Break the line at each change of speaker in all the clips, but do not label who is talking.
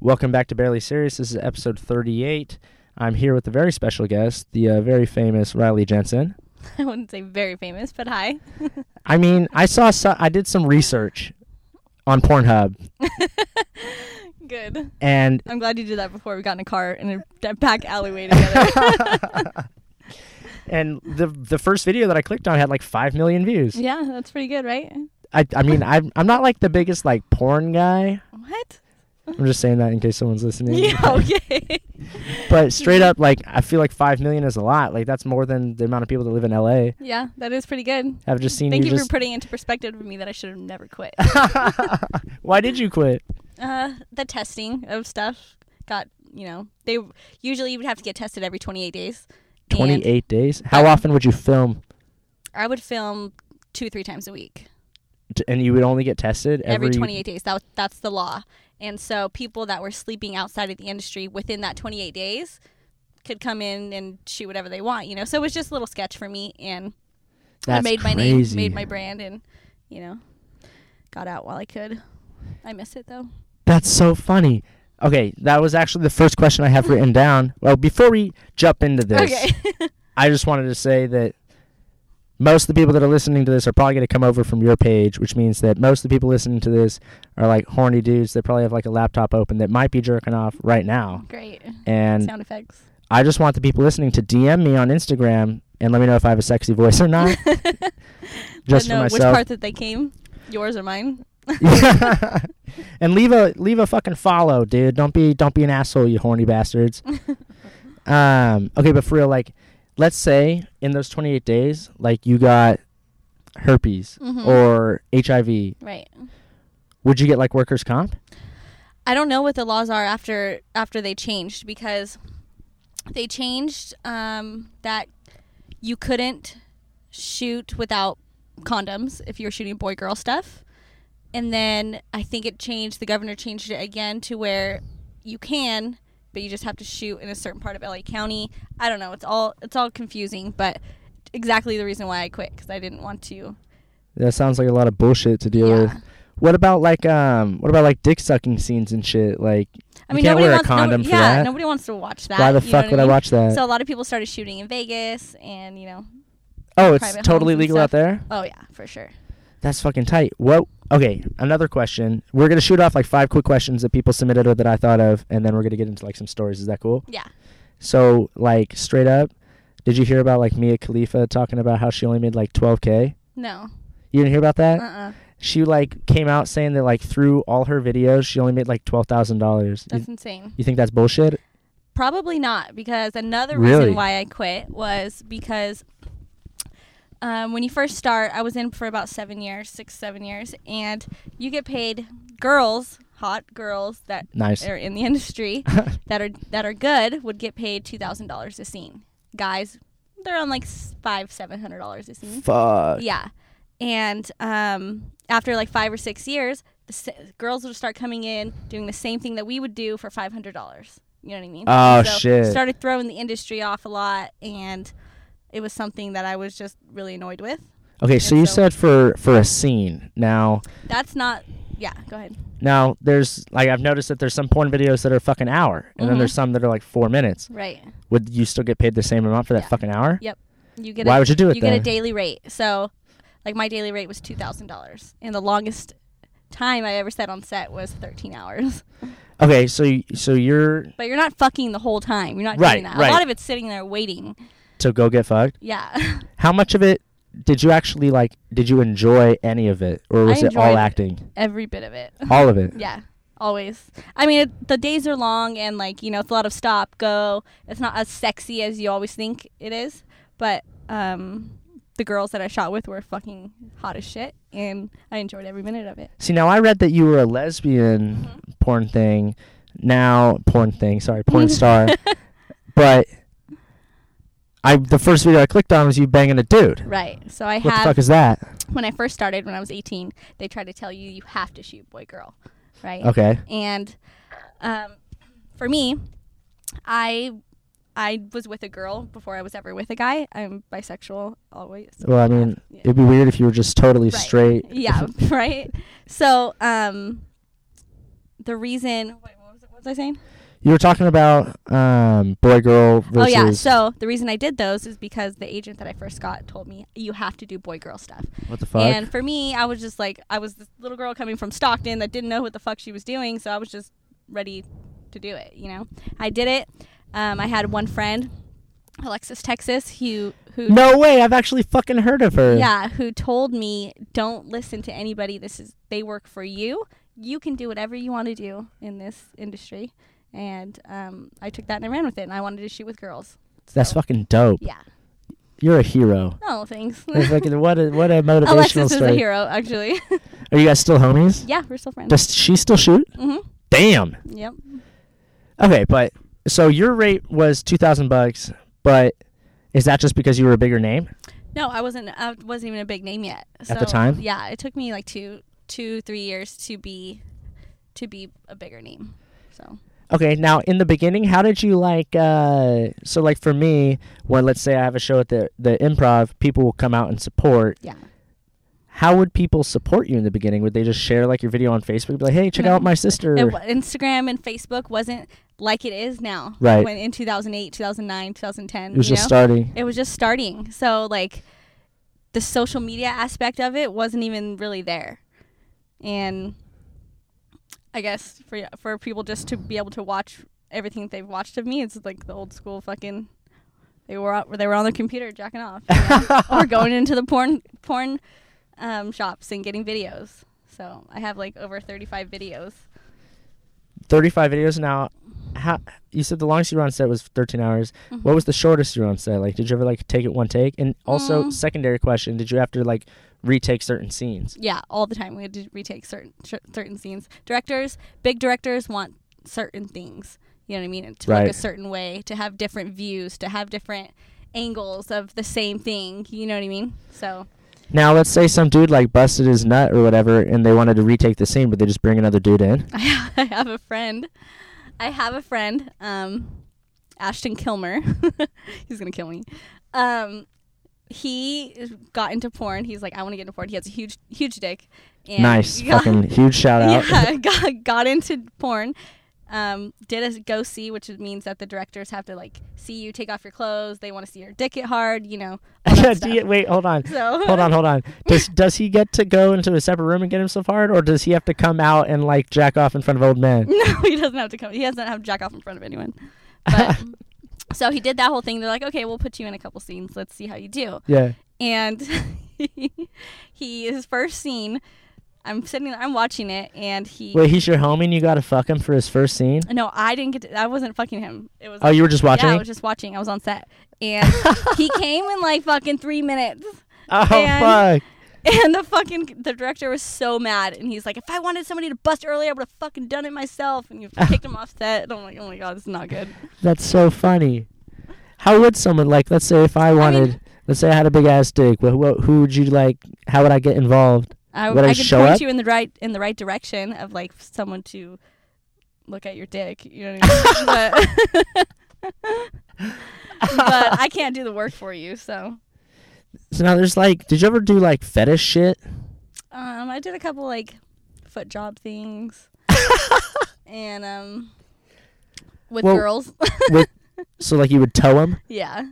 Welcome back to Barely Serious. This is episode 38. I'm here with a very special guest, the uh, very famous Riley Jensen.
I wouldn't say very famous, but hi.
I mean, I saw, so, I did some research on Pornhub,
Good.
and
I'm glad you did that before we got in a car in a back alleyway together.
and the the first video that I clicked on had like five million views.
yeah, that's pretty good, right?
I, I mean, I'm I'm not like the biggest like porn guy.
What?
I'm just saying that in case someone's listening.
Yeah, okay.
But straight up, like I feel like five million is a lot. Like that's more than the amount of people that live in LA.
yeah, that is pretty good.
I've just seen
Thank
you
you
just.
for putting into perspective with me that I should have never quit.
Why did you quit?
uh, the testing of stuff got, you know, they usually you would have to get tested every 28 days. And
28 days. How often would you film?
I would film two, three times a week.
T- And you would only get tested
every 28 days. That that's the law. And so people that were sleeping outside of the industry within that 28 days could come in and shoot whatever they want, you know. So it was just a little sketch for me, and I
That's
made my
crazy.
name, made my brand, and you know, got out while I could. I miss it though.
That's so funny. Okay, that was actually the first question I have written down. Well, before we jump into this,
Okay.
I just wanted to say that most of the people that are listening to this are probably going to come over from your page, which means that most of the people listening to this are like horny dudes that probably have like a laptop open that might be jerking off right now.
Great
And
sound effects.
I just want the people listening to DM me on Instagram and let me know if I have a sexy voice or not. just
But no,
for
which
myself.
part that they came, yours or mine?
and leave a leave a fucking follow, dude. Don't be don't be an asshole, you horny bastards. um, okay, but for real, like, let's say in those 28 days, like you got herpes
Mhm.
or HIV,
Right.
would you get like workers' comp?
I don't know what the laws are after after they changed because they changed um, that you couldn't shoot without condoms if you were shooting boy girl stuff, and then I think it changed. The governor changed it again to where you can, but you just have to shoot in a certain part of LA County. I don't know. It's all it's all confusing, but exactly the reason why I quit because I didn't want to.
That sounds like a lot of bullshit to deal
Yeah.
with. What about like um? What about like dick sucking scenes and shit? Like,
I mean,
you can't
nobody
wear
wants
a condom
nobody,
for
yeah,
that.
nobody wants to watch that.
Why the
you know
fuck
what
would I
mean?
watch that?
So a lot of people started shooting in Vegas, and you know,
oh, it's
private
totally
homes and
legal out
stuff.
there.
oh yeah, for sure.
That's fucking tight. What? Okay, another question. We're gonna shoot off like five quick questions that people submitted or that I thought of, and then we're gonna get into like some stories. Is that cool?
Yeah.
So, like, straight up, did you hear about like Mia Khalifa talking about how she only made like 12k?
No.
You didn't hear about
Uh.
that?
uh
She like came out saying that like through all her videos, she only made like twelve thousand dollars.
That's insane.
You think that's bullshit?
Probably not, because another
Really?
reason why I quit was because um, when you first start, I was in for about seven years, six, seven years, and you get paid girls, hot girls that
Nice.
are in the industry that are that are good would get paid two thousand dollars a scene. Guys, they're on like s- five, seven hundred dollars a scene.
Fuck.
Yeah. And um, after like five or six years, the s- girls would start coming in doing the same thing that we would do for five hundred dollars. You know what I mean?
Oh,
So,
shit.
Started throwing the industry off a lot, and it was something that I was just really annoyed with.
Okay, so you
so-
said for for a scene. Now,
That's not. Yeah, go ahead.
now there's like I've noticed that there's some porn videos that are fucking hour, and then
Mhm.
there's some that are like four minutes.
Right.
would you still get paid the same amount for that
Yeah.
fucking hour?
Yep. You get.
Why
a,
would you do it
You get
then?
a daily rate. So, like my daily rate was two thousand dollars, and the longest time I ever sat on set was thirteen hours.
Okay, so y- so you're
But you're not fucking the whole time. You're not
Right,
doing that.
right.
A lot of it's sitting there waiting.
to go get fucked.
Yeah.
How much of it did you actually like? Did you enjoy any of it, or
I
was it all
enjoyed
acting?
Every bit of it.
All of it.
yeah. Always. I mean, it, the days are long and, like, you know, it's a lot of stop, go. It's not as sexy as you always think it is. But um, the girls that I shot with were fucking hot as shit. And I enjoyed every minute of it.
See, now I read that you were a lesbian
Mm-hmm.
porn thing. Now porn thing. Sorry, porn star. But I the first video I clicked on was you banging a dude.
Right. So I
What the
have,
fuck is that?
when I first started, when I was 18, they tried to tell you you have to shoot boy girl. Right.
Okay.
and um, for me i i was with a girl before i was ever with a guy i'm bisexual always
Well, I mean,
Yeah.
it'd be weird if you were just totally
Right.
straight.
yeah right so um the reason wait, what was it, what was was I saying?
You were talking about um, boy girl versus.
Oh yeah. So the reason I did those is because the agent that I first got told me you have to do boy girl stuff.
what the fuck?
And for me, I was just like I was this little girl coming from Stockton that didn't know what the fuck she was doing, so I was just ready to do it. You know, I did it. Um, I had one friend, Alexis Texas, who who
no way! I've actually fucking heard of her.
yeah, who told me don't listen to anybody. This is they work for you. You can do whatever you want to do in this industry. And um, I took that and I ran with it. And I wanted to shoot with girls.
That's
So,
fucking dope.
Yeah.
You're a hero.
No, thanks.
That's fucking- what a what a motivational
Alexis is
story.
a hero, actually.
Are you guys still homies?
yeah, we're still friends.
Does she still shoot?
hmm
Damn.
Yep.
Okay, but so your rate was two thousand bucks, but is that just because you were a bigger name?
No, I wasn't. I wasn't even a big name yet. So,
the time?
Yeah, it took me like two, two, three years to be, to be a bigger name. So
Okay, now in the beginning, how did you like? Uh, so like for me, when let's say I have a show at the the improv, people will come out and support.
yeah.
How would people support you in the beginning? Would they just share like your video on Facebook, be like, "Hey, check
No.
out my sister"?
And wha- Instagram and Facebook wasn't like it is now.
Right.
When in 2008, 2009, 2010.
it was
you
just
know?
starting.
It was just starting. So like, the social media aspect of it wasn't even really there, and I guess for for people just to be able to watch everything that they've watched of me, it's like the old school fucking. They were out, they were on their computer jacking off, you know? or going into the porn porn um, shops and getting videos. So I have like over 35 videos.
Thirty-five videos now. How you said the longest you were on set was thirteen hours. What was the shortest you were on set? Like, did you ever like take it one take? And also,
Mm.
secondary question: Did you have to like retake certain scenes?
Yeah, all the time we had to retake certain cer- certain scenes. Directors, big directors want certain things. You know what I mean? And To look a
Right.
certain way, to have different views, to have different angles of the same thing. You know what I mean? So
Now, let's say some dude like busted his nut or whatever, and they wanted to retake the scene, but they just bring another dude in.
I have, I have a friend. I have a friend, um, Ashton Kilmer. He's gonna kill me. Um, he got into porn. He's like, I want to get into porn. He has a huge, huge dick. And
nice,
got-
fucking huge shout out.
Yeah, got, got into porn. Um, did a go see, which means that the directors have to like see you take off your clothes. They want to see your dick get hard, you know. all that
Yeah, do
stuff.
you- wait, hold on,
So
hold on, hold on. Does does he get to go into a separate room and get himself hard, or does he have to come out and like jack off in front of old men?
No, he doesn't have to come. He doesn't have to jack off in front of anyone. But so he did that whole thing. They're like, okay, we'll put you in a couple scenes. Let's see how you do.
Yeah,
And he his first scene. I'm sitting. I'm watching it, and he.
wait, he's your homie, and you gotta fuck him for his first scene.
No, I didn't get. To, I wasn't fucking him. It was.
Oh, you were just watching.
Yeah, I was just watching. I was on set, and he came in like fucking three minutes.
oh
and-
fuck!
And the fucking the director was so mad, and he's like, "If I wanted somebody to bust earlier, I would have fucking done it myself." And you kicked him off set. And I'm like, "Oh my god, this is not good."
That's so funny. How would someone like? Let's say if I wanted, let's say I had a big ass dick. Who, who, who would you like? How would I get involved?
I,
Would I
I could
show
point
up?
you in the right in the right direction of like someone to look at your dick. You know what I mean? but, but I can't do the work for you, so.
So now there's like, did you ever do like fetish shit?
Um, I did a couple like foot job things, and um, with
Well-
girls.
With, so like you would toe him.
yeah.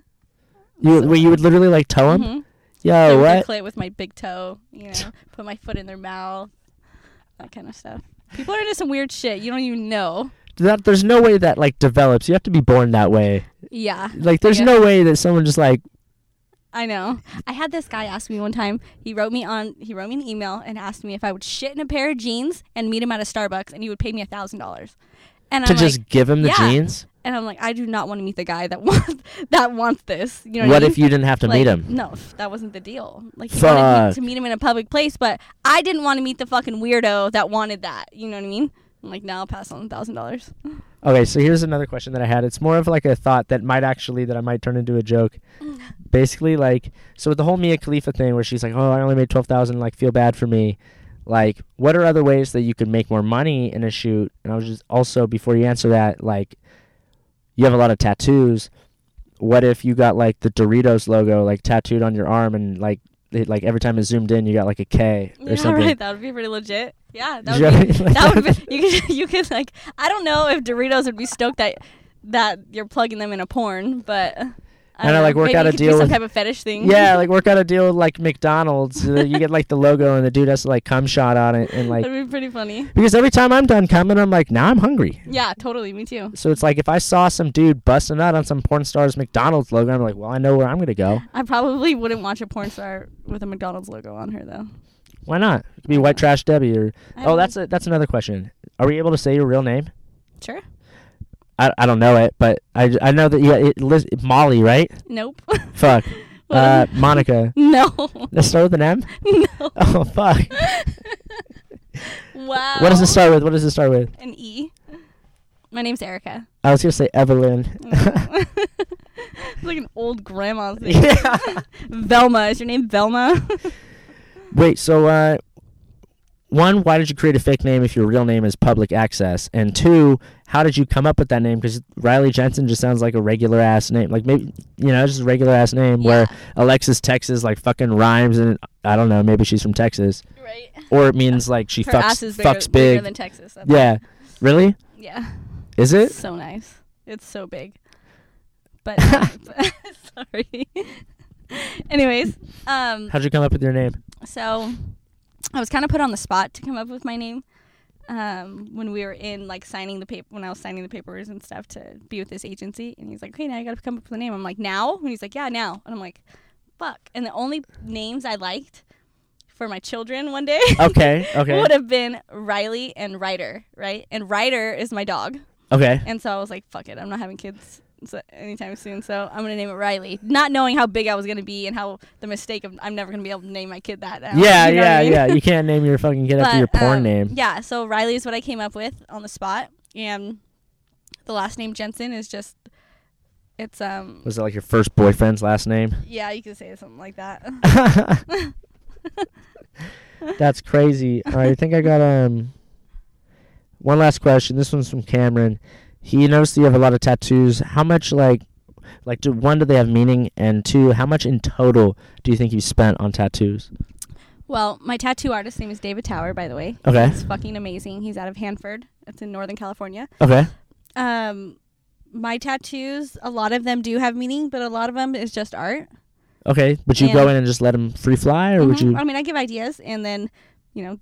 You wait, you would literally like toe him.
Mhm.
Yo,
Dip their
Oh, what?
clit with my big toe. You know, put my foot in their mouth. That kind of stuff. People are into some weird shit. You don't even know.
That there's no way that like develops. You have to be born that way.
Yeah,
Like there's
Yeah.
no way that someone just like
I know. I had this guy ask me one time. He wrote me on. He wrote me an email and asked me if I would shit in a pair of jeans and meet him at a Starbucks, and he would pay me a thousand dollars. And
to
I'm
just
like,
give him the
yeah.
jeans.
and I'm like, I do not want to meet the guy that wants that wants this. You know
What,
what, I mean?
if you didn't have to
like,
meet him?
No, f- that wasn't the deal. Like he wanted me
Fuck.
to meet him in a public place, but I didn't want to meet the fucking weirdo that wanted that. You know what I mean? I'm like, no, I'll pass on thousand dollars.
Okay, so here's another question that I had. It's more of like a thought that might actually that I might turn into a joke. Basically, like so with the whole Mia Khalifa thing, where she's like, "Oh, I only made twelve thousand. Like, feel bad for me." Like, what are other ways that you could make more money in a shoot? And I was just also before you answer that, like, you have a lot of tattoos. What if you got like the Doritos logo like tattooed on your arm and like it, like every time it zoomed in, you got like a K or
Yeah,
something?
right. That would be pretty legit. Yeah,
Did you
that
have
would, be,
any like
that would
that?
be, you could you could like I don't know if Doritos would be stoked that that you're plugging them in a porn, but I
And I,
don't
like,
know,
work
maybe
out
it
a
could
deal
be some
with-
type of fetish thing.
Yeah, like work out a deal with like McDonald's. uh, you get like the logo, and the dude has to like cum shot on it, and like
that'd be pretty funny.
because every time I'm done coming, I'm like, now I'm hungry.
Yeah, totally. Me too.
So it's like if I saw some dude busting out on some porn star's McDonald's logo, I'm like, well, I know where I'm gonna go.
I probably wouldn't watch a porn star with a McDonald's logo on her though.
Why not? It could be White Trash Debbie or
I
oh,
don't-
that's a, that's another question. Are we able to say your real name?
sure.
I, I don't know it, but I, I know that yeah, it, Liz, Molly, right?
Nope.
Fuck.
What
uh,
am-
Monica.
no.
Let's start with an M.
no.
Oh fuck.
wow.
What does it start with? What does it start with?
An E. My name's Erica.
I was gonna say Evelyn.
it's like an old grandma thing.
Yeah.
Velma. Is your name Velma?
Wait, so uh, one, why did you create a fake name if your real name is public access? And two, how did you come up with that name? Because Riley Jensen just sounds like a regular ass name, like maybe you know, just a regular ass name where Alexis Texas like fucking rhymes, and I don't know, maybe she's from Texas,
right.
or it means like she
Her
fucks
ass is bigger,
fucks
bigger
big.
than Texas. that's
yeah, really?
it. Yeah.
Is it?
So nice. It's so big. But, but- sorry. Anyways, um,
How'd you come up with your name?
so I was kind of put on the spot to come up with my name um, when we were in like signing the paper when I was signing the papers and stuff to be with this agency. And he's like, "Okay, now you got to come up with a name." I'm like, "Now?" And he's like, "Yeah, now." And I'm like, "Fuck!" And the only names I liked for my children one day
Okay, okay,
would have been Riley and Ryder, right? And Ryder is my dog.
okay.
And so I was like, fuck it, I'm not having kids so- anytime soon. So I'm gonna name it Riley, not knowing how big I was gonna be and how the mistake of I'm never gonna be able to name my kid that. now.
Yeah,
You know what
yeah,
I mean?
yeah. You can't name your fucking kid after your
But,
porn
um,
name.
Yeah, so Riley is what I came up with on the spot, and the last name Jensen is just it's um
Was it like your first boyfriend's last name?
yeah you could say something like that.
That's crazy. All right, I think I got um one last question. This one's from Cameron. He noticed that you have a lot of tattoos. How much like like do one do they have meaning and two how much in total do you think you spent on tattoos?
Well, my tattoo artist name is David Tower, by the way.
Okay.
He's fucking amazing. He's out of Hanford. It's in Northern California.
Okay.
um my tattoos a lot of them do have meaning but a lot of them is just art
Okay. Would you go
And-
in and just let them free fly or would
Mhm.
you
i mean i give ideas and then you know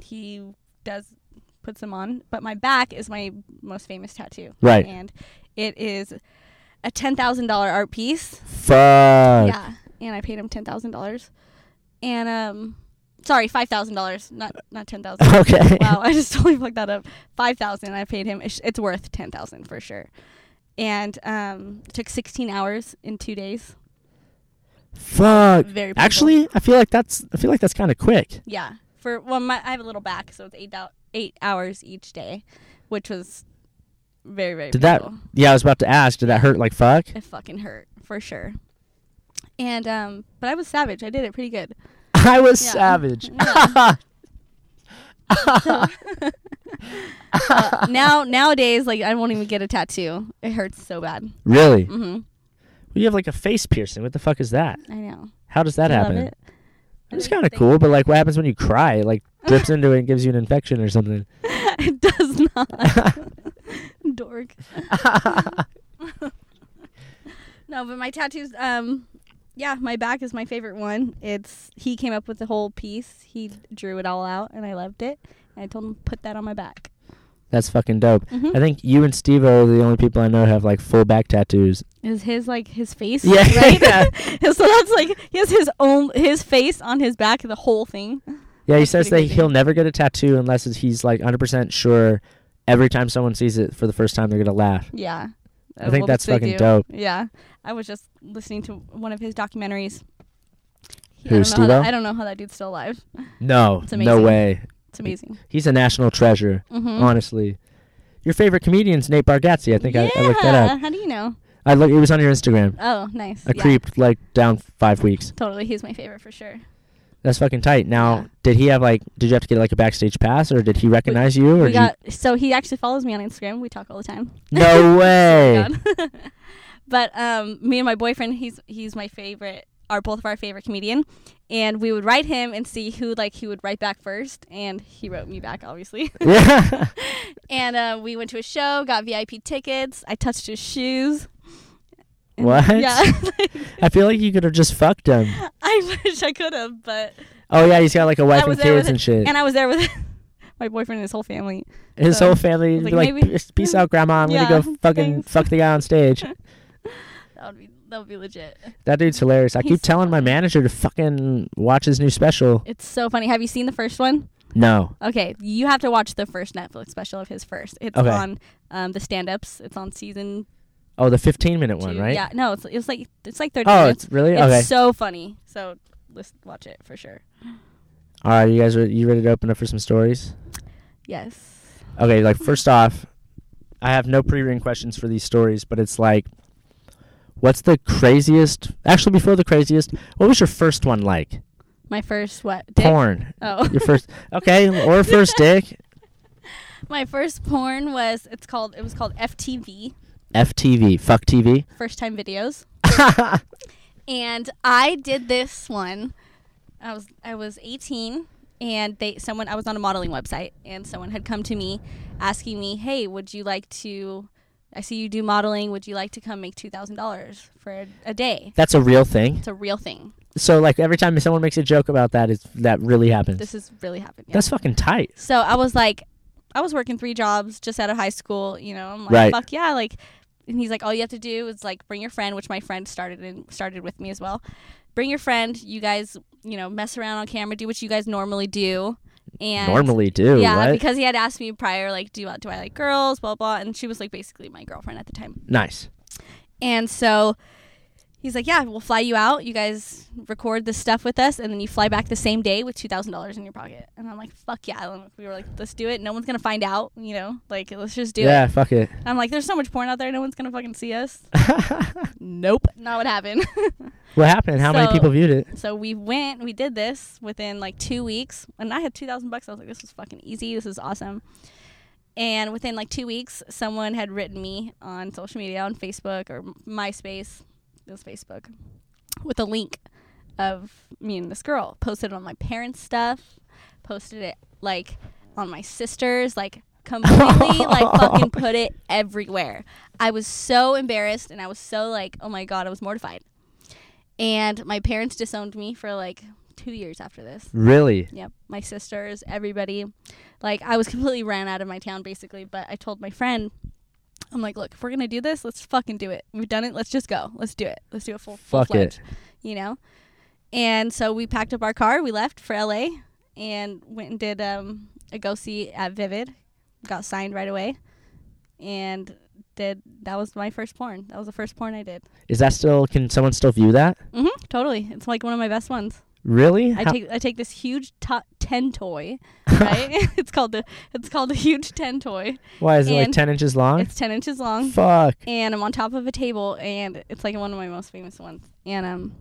he does puts them on but my back is my most famous tattoo
Right.
and it is a $10000 art piece
Fuck. Uh,
yeah and i paid him $10000 and um sorry $5000 not not 10000
Okay.
wow, I just totally fucked that up. Five thousand. I paid him. It's it's worth ten thousand for sure. And um, it took sixteen hours in two days.
Fuck.
Very painful.
Actually, I feel like that's I feel like that's kind of quick.
yeah. For well, my, I have a little back, so it's eight dou- eight hours each day, which was very very.
Did that
painful.
Yeah, I was about to ask, did that hurt like fuck?
It fucking hurt for sure. And um, but I was savage. I did it pretty good.
I was
Yeah.
savage.
Yeah. Uh, now nowadays, like I won't even get a tattoo. It hurts so bad.
really?
hmm
You have like a face piercing. What the fuck is that?
I know.
How does that
I love
happen?
it. I
It's
don't
kind of
think-
cool, but like, what happens when you cry? It like drips into it and gives you an infection or something.
it does not. Dork. no, but my tattoos. Um, yeah, my back is my favorite one. It's he came up with the whole piece. He drew it all out, and I loved it. And I told him put that on my back.
That's fucking dope.
Mhm.
I think you and Steve are the only people I know who have like full back tattoos.
Is his like his face?
Yeah,
right.
yeah.
so that's like he has his own his face on his back, the whole thing.
Yeah, he
That's
says that
pretty
he'll never get a tattoo unless it's- he's like 100% sure every time someone sees it for the first time they're gonna laugh.
Yeah.
I think that's
Oh, they
fucking dope.
Yeah. I was just listening to one of his documentaries. He-
Who,
I, don't know how that,
Steve-O?
I don't know how that dude's still alive.
No,
It's
no
amazing.
way.
It's amazing.
He's a national treasure,
Mm-hmm.
honestly. Your favorite comedian's Nate Bargatze. I Oh, think
yeah.
I, I looked that up.
How do you know?
I look. It was on your Instagram.
Oh, nice.
I
yeah.
creeped like down five weeks.
Totally. He's my favorite for sure.
That's fucking tight. Now,
Yeah.
did he have like? Did you have to get like a backstage pass, or did he recognize you? Or
we
did you-
got so he actually follows me on Instagram. We talk all the time.
no way.
God. but um, me and my boyfriend, he's he's my favorite are both of our favorite comedian, and we would write him and see who like he would write back first, and he wrote me back obviously.
yeah.
and uh, we went to a show, got VIP tickets. I touched his shoes. And-
What?
Yeah,
I feel like you could have just fucked him.
I wish I could have, but
Oh yeah, he's got like a wife
I was
and
there with
kids and shit.
and I was there with my boyfriend and his whole family.
His
so
whole family
was
would
like,
be like,
maybe-
"Peace- peace out, grandma. I'm
Yeah,
gonna go fucking
thanks."
fuck the guy on stage.
That would be that would be legit.
That dude's hilarious. I
He's
keep telling my manager to fucking watch his new special.
It's so funny. Have you seen the first one?
No.
Okay, you have to watch the first Netflix special of his first. It's
Okay.
on um, the stand-ups. It's on season
Oh, the 15 minute one,
two.
right?
Yeah, no, it's, it's like it's like thirty
Oh,
minutes.
it's really
It's
okay.
so funny. So let's watch it for sure.
All right, you guys, are you ready to open up for some stories?
Yes.
Okay, like first off, I have no pre-written questions for these stories, but it's like, what's the craziest? Actually, before the craziest, what was your first one like?
My first what? Dick?
Porn.
Oh.
Your first, okay, or first dick?
My first porn was it's called it was called FTV,
FTV, fuck TV.
first time videos. And I did this one. I was I was 18 and they someone I was on a modeling website and someone had come to me asking me, "Hey, would you like to I see you do modeling, would you like to come make $2,000 for a, a day?"
That's a real thing.
It's a real thing.
So like every time someone makes a joke about that, it's that really happens.
This is really happening.
That's fucking tight.
So I was like, I was working three jobs just out of high school. You know, I'm like,
Right.
fuck yeah, like. And he's like, all you have to do is like bring your friend, which my friend started and started with me as well. Bring your friend. You guys, you know, mess around on camera, do what you guys normally do. And
Normally do.
yeah,
what?
because he had asked me prior, like, do do I like girls, blah blah, and she was like basically my girlfriend at the time.
nice.
And so he's like, yeah, we'll fly you out. You guys record this stuff with us, and then you fly back the same day with two thousand dollars in your pocket. And I'm like, fuck yeah! And we were like, let's do it. No one's gonna find out, you know? Like, let's just do
yeah,
it.
fuck it.
I'm like, there's so much porn out there. No one's gonna fucking see us. nope, not what happened.
what happened? How many
So-
people viewed it?
so we went, we did this within like two weeks, and I had two thousand bucks. I was like, this is fucking easy. This is awesome. And within like two weeks, someone had written me on social media, on Facebook or MySpace, it was Facebook, with a link of me and this girl. Posted it on my parents' stuff, posted it like on my sisters, like completely like fucking put it everywhere. I was so embarrassed and I was so like, oh my god, I was mortified. And my parents disowned me for like two years after this.
Really?
Yep, my sisters, everybody. Like I was completely ran out of my town basically, but I told my friend, I'm like, look, if we're gonna do this, let's fucking do it. We've done it. Let's just go. Let's do it. Let's do it full.
Fuck
full-fledged," You know. And so we packed up our car. We left for LA and went and did um, a go see at Vivid. Got signed right away, and did that was my first porn. That was the first porn I did.
Is that still? Can someone still view that?
hmm Totally, it's like one of my best ones.
Really?
I
How-
take I take this huge to- ten toy, right? it's called the it's called a huge ten toy.
Why is it like
and-
ten inches long?
It's ten inches long,
Fuck.
and I'm on top of a table, and it's like one of my most famous ones. And um,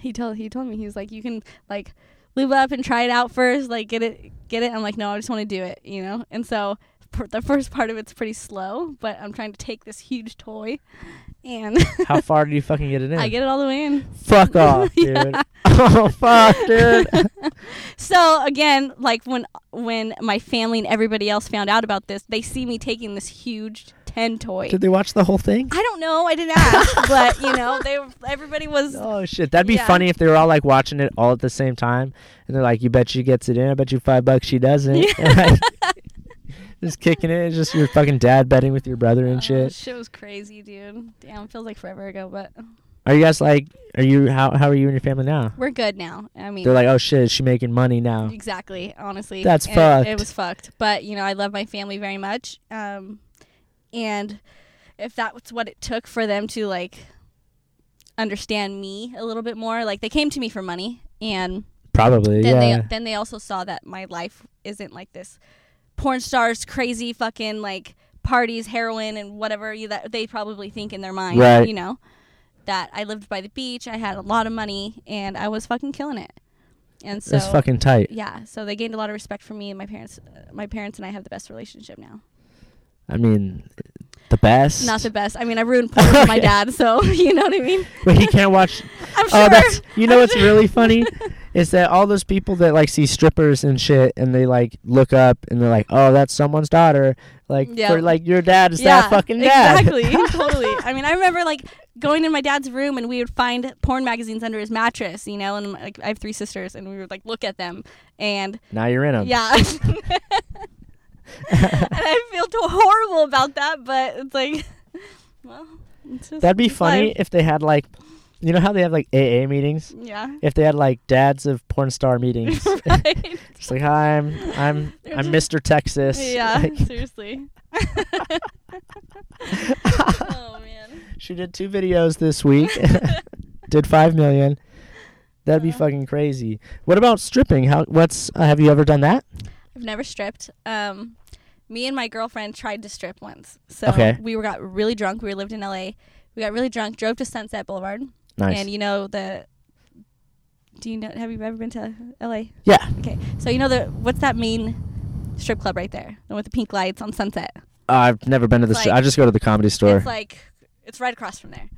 he told he told me he was like, you can like lube up and try it out first, like get it get it. I'm like, no, I just want to do it, you know. And so per- the first part of it's pretty slow, but I'm trying to take this huge toy, and
How far do you fucking get it in?
I get it all the way in.
fuck off, dude.
Yeah.
Oh fuck, dude.
So again, like when when my family and everybody else found out about this, they see me taking this huge ten toy.
Did they watch the whole thing?
I don't know, I didn't ask, but you know, they everybody was
Oh shit, that'd be
Yeah.
funny if they were all like watching it all at the same time, and they're like, "You bet she gets it in. I bet you five bucks she doesn't." just kicking it. It's just your fucking dad betting with your brother and
Oh,
shit.
shit was crazy, dude. Damn, feels like forever ago, but
Are you guys like? Are you how how are you and your family now?
we're good now. I mean,
They're like, "Oh shit, is she making money now."
exactly, honestly.
That's
And it-
fucked.
It was fucked, but you know, I love my family very much. Um and if that was what it took for them to like understand me a little bit more, like they came to me for money and
Probably,
then
yeah.
they then they also saw that my life isn't like this porn stars crazy fucking like parties heroin and whatever you that they probably think in their mind
Right.
you know that i lived by the beach i had a lot of money and i was fucking killing it and so
That's fucking tight.
yeah so they gained a lot of respect for me and my parents uh, my parents and i have the best relationship now
I mean, The best.
Not the best. I mean, I ruined porn for my
Okay.
dad, so you know what I mean.
But he can't watch.
I'm
Oh,
sure.
that's. You know
I'm
what's
sure.
really funny is that all those people that like see strippers and shit, and they like look up and they're like, "Oh, that's someone's daughter." Like,
Yeah.
for like your dad is that fucking dad.
exactly, totally. I mean, I remember like going in my dad's room and we would find porn magazines under his mattress, you know. And like, I have three sisters, and we would like look at them, and
now you're in him.
yeah. and I feel too horrible about that, but it's like, well, it's just
That'd be
it's
funny
life.
if they had like, you know how they have like AA meetings.
Yeah.
If they had like dads of porn star meetings,
right.
it's like, "Hi, I'm I'm
They're
I'm
just-
Mr. Texas."
Yeah.
Like,
seriously. oh man.
she did two videos this week. did five million. That'd be
Uh-huh.
fucking crazy. What about stripping? How? What's? Uh, have you ever done that?
I've never stripped. Um, me and my girlfriend tried to strip once. So
Okay.
we were got really drunk. We lived in LA. We got really drunk. Drove to Sunset Boulevard.
Nice.
And you know the. Do you know? Have you ever been to LA?
yeah.
Okay. So you know the what's that main strip club right there? The one with the pink lights on Sunset.
Uh, I've never been to the.
It's
stri-
like-
I just go to the comedy store.
It's like it's right across from there.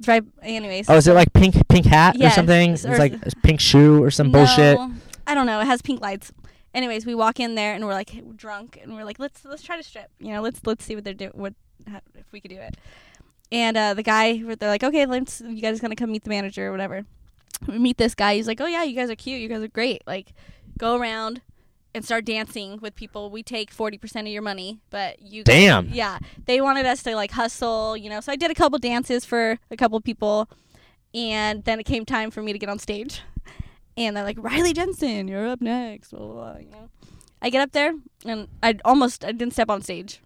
It's right. Anyways.
oh, is it like pink pink hat
Yes,
or something?
it's-
It's
or
like
is-
a pink shoe or some bullshit.
No, I don't know. It has pink lights. Anyways, we walk in there and we're like we're drunk and we're like let's let's try to strip. You know, let's let's see what they're doing. What how, if we could do it? And uh, the guy, they're like, okay, let's. You guys gonna come meet the manager or whatever. We meet this guy. He's like, oh yeah, you guys are cute. You guys are great. Like, go around and start dancing with people. We take forty percent of your money, but you. guys-
Damn.
yeah, they wanted us to like hustle. You know, so I did a couple dances for a couple people, and then it came time for me to get on stage and they're like Riley Jensen, you're up next. Blah, blah, blah, you know, I get up there and I almost I didn't step on stage.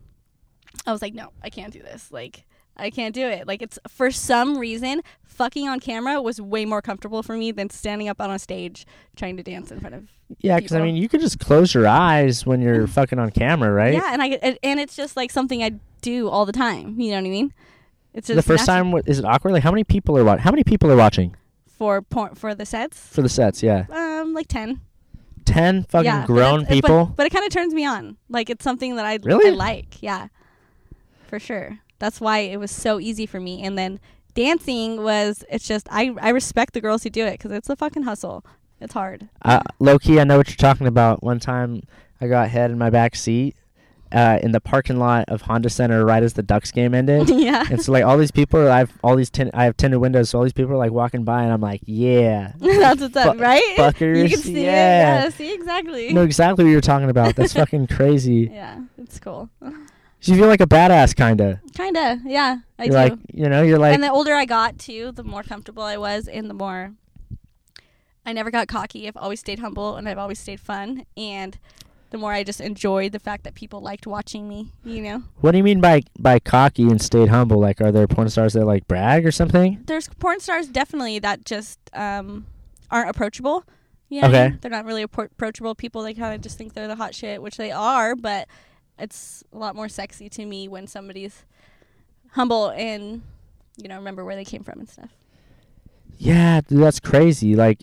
I was like, no, I can't do this. Like I can't do it. Like it's for some reason fucking on camera was way more comfortable for me than standing up on a stage trying to dance in front of.
Yeah, because I
people. Mm.
mean, you could just close your eyes when you're fucking on camera, right?
Yeah, and I and- and it's just like something I do all the time. You know what I mean? It's just
The first
natural-
time wa- is it awkward? Like, how many people are watching? How many people are watching
for porn for the sets.
for the sets? Yeah,
Um, like ten.
ten fucking
yeah, but
grown
that's- it- but-
people.
But, it kind of turns me on. Like it's something that I
Really?
I like. Yeah, for sure. That's why it was so easy for me. And then dancing was. It's just I I respect the girls who do it because it's a fucking hustle. It's hard.
Uh, low key, I know what you're talking about. One time, I got head in my back seat uh, in the parking lot of Honda Center right as the Ducks game ended.
yeah.
and so, like, all these people, are, I have all these tin, I have tinted windows, so all these people are like walking by, and I'm like, yeah,
That's what's up,
Fuck-
right?
fuckers,
You can see
yeah.
it. Yeah. See exactly.
know exactly what you're talking about. That's fucking crazy.
Yeah, it's cool.
So you feel like a badass, kinda.
Kinda. Yeah, I
you're
do.
like, you know, you're like,
and the older I got too, the more comfortable I was, and the more I never got cocky. I've always stayed humble, and I've always stayed fun, and the more I just enjoyed the fact that people liked watching me. You know,
what do you mean by by cocky and stayed humble? Like, are there porn stars that like brag or something?
there's porn stars definitely that just um, aren't approachable. You know what I
Okay.
mean? they're not really appro- approachable people. They kind of just think they're the hot shit, which they are, but it's a lot more sexy to me when somebody's humble and you know remember where they came from and stuff.
Yeah, dude, that's crazy. Like,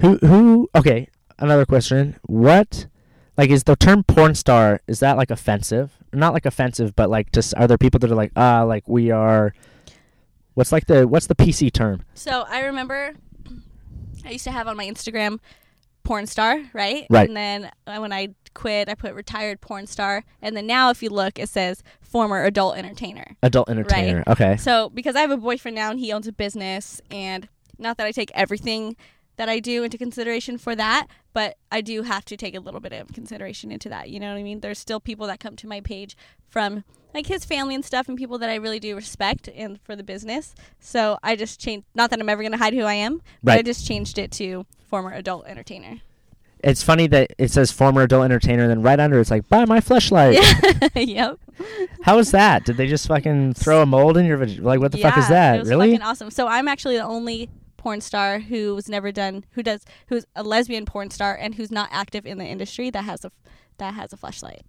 who who? Okay, another question. What, like, is the term porn star? Is that like offensive? Not like offensive, but like, just are there people that are like, ah, like we are. What's like the what's the PC term?
So I remember I used to have on my Instagram porn star, right?
Right.
And then uh, when I quit, I put retired porn star. And then now if you look, it says former adult entertainer.
Adult entertainer. Okay.
So because I have a boyfriend now and he owns a business, and not that I take everything that I do into consideration for that, but I do have to take a little bit of consideration into that. You know what I mean? There's still people that come to my page from like his family and stuff, and people that I really do respect and for the business. So I just changed. Not that I'm ever gonna hide who I am, but I
Right.
just changed it to former adult entertainer.
It's funny that it says former adult entertainer, and then right under it's like buy my fleshlight.
yep.
How is that? Did they just fucking throw a mold in your vag- like what the fuck is
It
that?
was
Really?
fucking awesome. So I'm actually the only porn star who was never done, who does, who's a lesbian porn star and who's not active in the industry that has a that has a flashlight.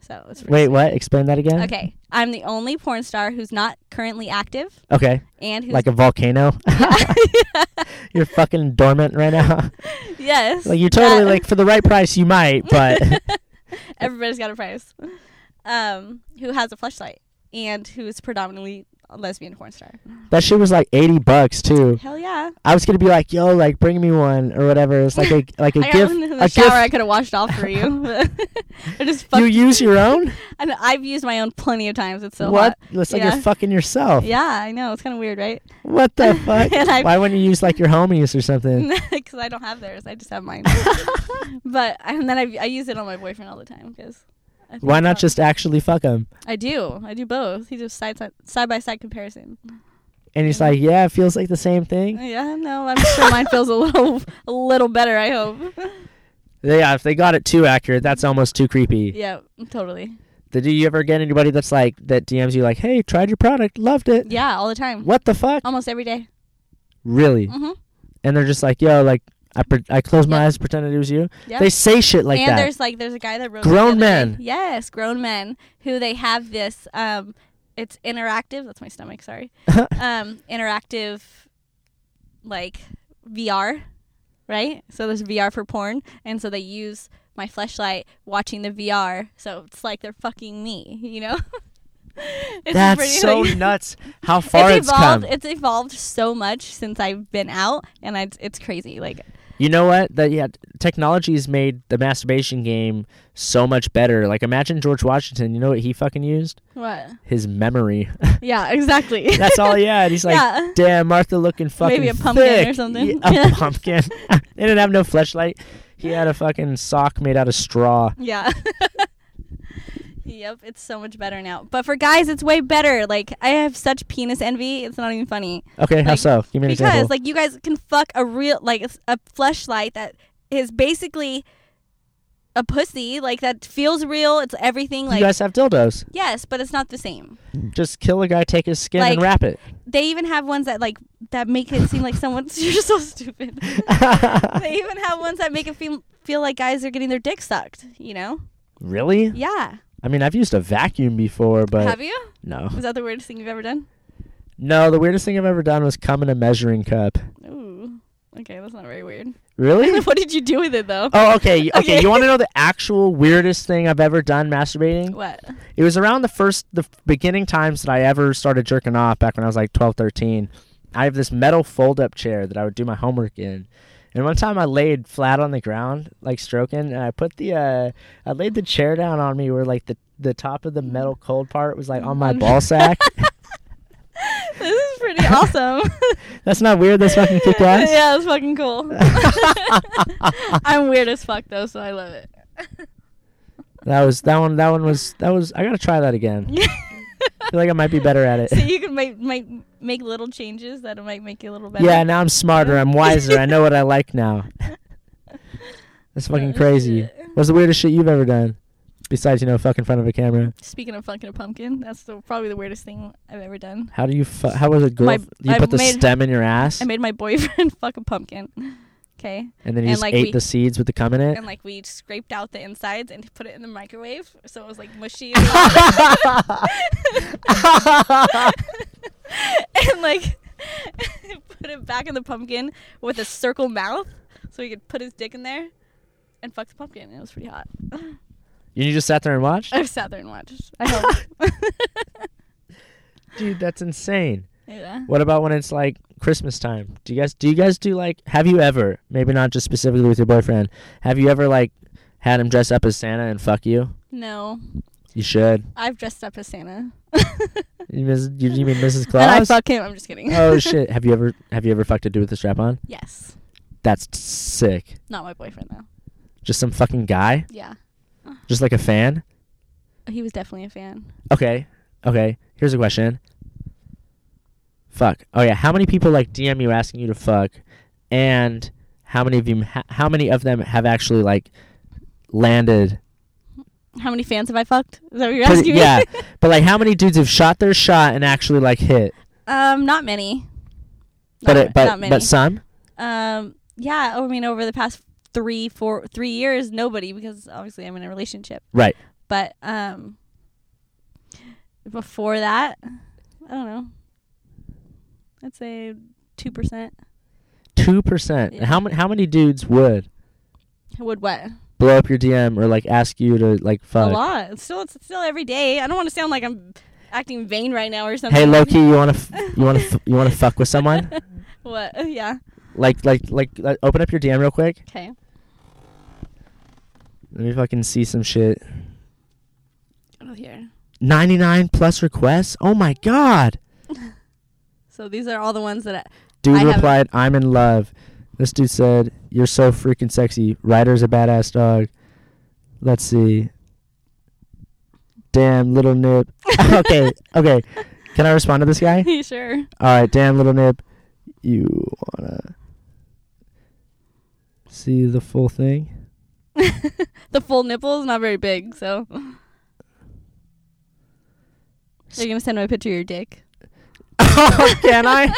So it's pretty
Wait,
sick.
what? Explain that again.
Okay, I'm the only porn star who's not currently active
Okay.
and who's
Like a volcano. You're fucking dormant right now.
yes,
Like you totally
that-
like for the right price you might, but
everybody's got a price. Um, who has a flashlight? and who is predominantly a lesbian porn star.
That shit was like eighty bucks too.
Hell yeah.
I was gonna be like, yo, like bring me one or whatever. It's like a like a
I got
gift.
one in the
a
shower
gift.
I could have washed off for you. but I just
you
fucked-
use your own?
I know, I've used my own plenty of times. It's so
what? Looks like
Yeah.
you're fucking yourself.
hot. Yeah, I know. It's kind of weird, right?
What the fuck?
And I-
Why wouldn't you use like your homies or something?
Because I don't have theirs. I just have mine. but and then I, I use it on my boyfriend all the time because.
Why not just actually fuck him?
I do. I do both. He just side side by side comparison. Uh,
And he's like, yeah, it feels like the same thing.
Yeah, no, I'm sure mine feels a little a little better. I hope.
Yeah, if they got it too accurate, that's almost too creepy.
yeah, totally.
Did you ever get anybody that's like that DMs you like, hey, tried your product, loved it.
Yeah, all the time.
What the fuck?
Almost every day.
Really?
Mhm.
And they're just like, yo, like I pre- I closed my
Yeah.
eyes, pretended it was you.
Yeah.
They say shit like
and
that.
there's like there's a guy that wrote me
Grown
the other day-
men.
Yes, grown men who they have this. Um, it's interactive. That's my stomach. Sorry. um, interactive, like VR, right? So there's VR for porn, and so they use my flashlight watching the VR. So it's like they're fucking me, you know. It's
That's
pretty,
so
like-
nuts. How far it's,
evolved.
come.
It's evolved so much since I've been out, and I, it's crazy. Like,
You know what? That yeah, technology's made the masturbation game so much better. Like imagine George Washington. You know what he fucking used?
what?
His memory.
Yeah, exactly.
That's all he had. He's like,
Yeah.
damn, Martha looking fucking
Maybe a pumpkin or
thick."
something.
Yeah, a pumpkin. they didn't have no fleshlight. He had a fucking sock made out of straw.
Yeah. yep, it's so much better now. But for guys, it's way better. Like I have such penis envy. It's not even funny
Okay, how
Like,
so? Give me an
because
example.
like you guys can fuck a real like a s- a fleshlight that is basically a pussy. Like that feels real. It's everything. Like
you guys have dildos.
yes, but it's not the same.
Just kill a guy, take his skin, and
Like-
wrap it.
They even have ones that like that make it seem like someone's. You're so stupid. they even have ones that make it feel feel like guys are getting their dick sucked. You know?
really?
Yeah.
I mean, I've used a vacuum before, but
have you?
no.
Is that the weirdest thing you've ever done?
No, the weirdest thing I've ever done was come in a measuring cup.
Ooh. Okay, that's not very weird.
Really?
what did you do with it though?
Oh, okay. y- Okay.
Okay.
You want to know the actual weirdest thing I've ever done masturbating?
What?
It was around the first, the f- beginning times that I ever started jerking off back when I was like 12, 13. I have this metal fold up chair that I would do my homework in. And one time I laid flat on the ground, like stroking, and I put the, uh, I laid the chair down on me where like the, the top of the metal cold part was like on my ball sack.
This is pretty awesome.
That's not weird. That's fucking kick ass.
yeah, that's fucking cool. I'm weird as fuck though, so I love it.
That was that one. That one was that was. I gotta try that again. I feel like I might be better at it.
so you can make make make little changes that might make you a little better.
yeah, now I'm smarter. I'm wiser. I know what I like now. That's fucking crazy. What's the weirdest shit you've ever done? Besides, you know, fuck in front of a camera.
Speaking of fucking a pumpkin, that's the, probably the weirdest thing I've ever done.
How do you? Fu- how was a girl?
My-
you
I
put the
made-
stem in your ass,
I made my boyfriend fuck a pumpkin. Okay.
and then you
and
just
like
ate
we-
the seeds with the cum in it.
And like we scraped out the insides and put it in the microwave so it was like mushy. and like put it back in the pumpkin with a circle mouth so he could put his dick in there and fuck the pumpkin. It was pretty hot.
And you just sat there and watched.
I've sat there and watched. I hope.
Dude, that's insane.
yeah.
What about when it's like Christmas time? Do you guys do you guys do like have you ever maybe not just specifically with your boyfriend have you ever like had him dress up as Santa and fuck you?
No,
You should.
I've dressed up as Santa.
You, miss, you, you mean Mrs.
And I
Claus?
fuck him. I'm just kidding.
oh shit! Have you ever have you ever fucked a dude with a strap on?
Yes.
That's sick.
Not my boyfriend though.
Just some fucking guy,
Yeah.
just like a fan.
He was definitely a fan.
Okay, okay. Here's a question. Fuck. Oh yeah. How many people like DM you asking you to fuck, and how many of you? ha- How many of them have actually like landed?
How many fans have I fucked? Is that what you're
Pretty-
asking me?
yeah, but like how many dudes have shot their shot and actually like hit?
Um, not many.
But
not,
it, but
not many.
but some.
um, yeah. I mean, over the past three, four, three years, nobody because obviously I'm in a relationship.
Right.
But um, before that, I don't know. I'd say two percent
Two percent.
Yeah.
How many how many dudes would
would what
blow up your DM or like ask you to like
a
fuck?
lot. It's still, it's still every day. I don't want to sound like I'm. acting vain right now or something.
Hey Loki, you wanna f- you wanna f- you wanna fuck with someone?
what? Yeah.
Like like like uh, open up your DM real quick.
Okay.
Let me fucking see some shit.
Oh, here.
99 plus requests. Oh my god.
So these are all the ones that. I,
Dude
I haven't-
replied, "I'm in love." This dude said, "You're so freaking sexy." Ryder's a badass dog. Let's see. Damn little nip. okay, okay. Can I respond to this guy?
You sure.
All right, damn little nip. You wanna see the full thing?
the full nipple is not very big, so. You're gonna send me a picture of your dick.
Can I?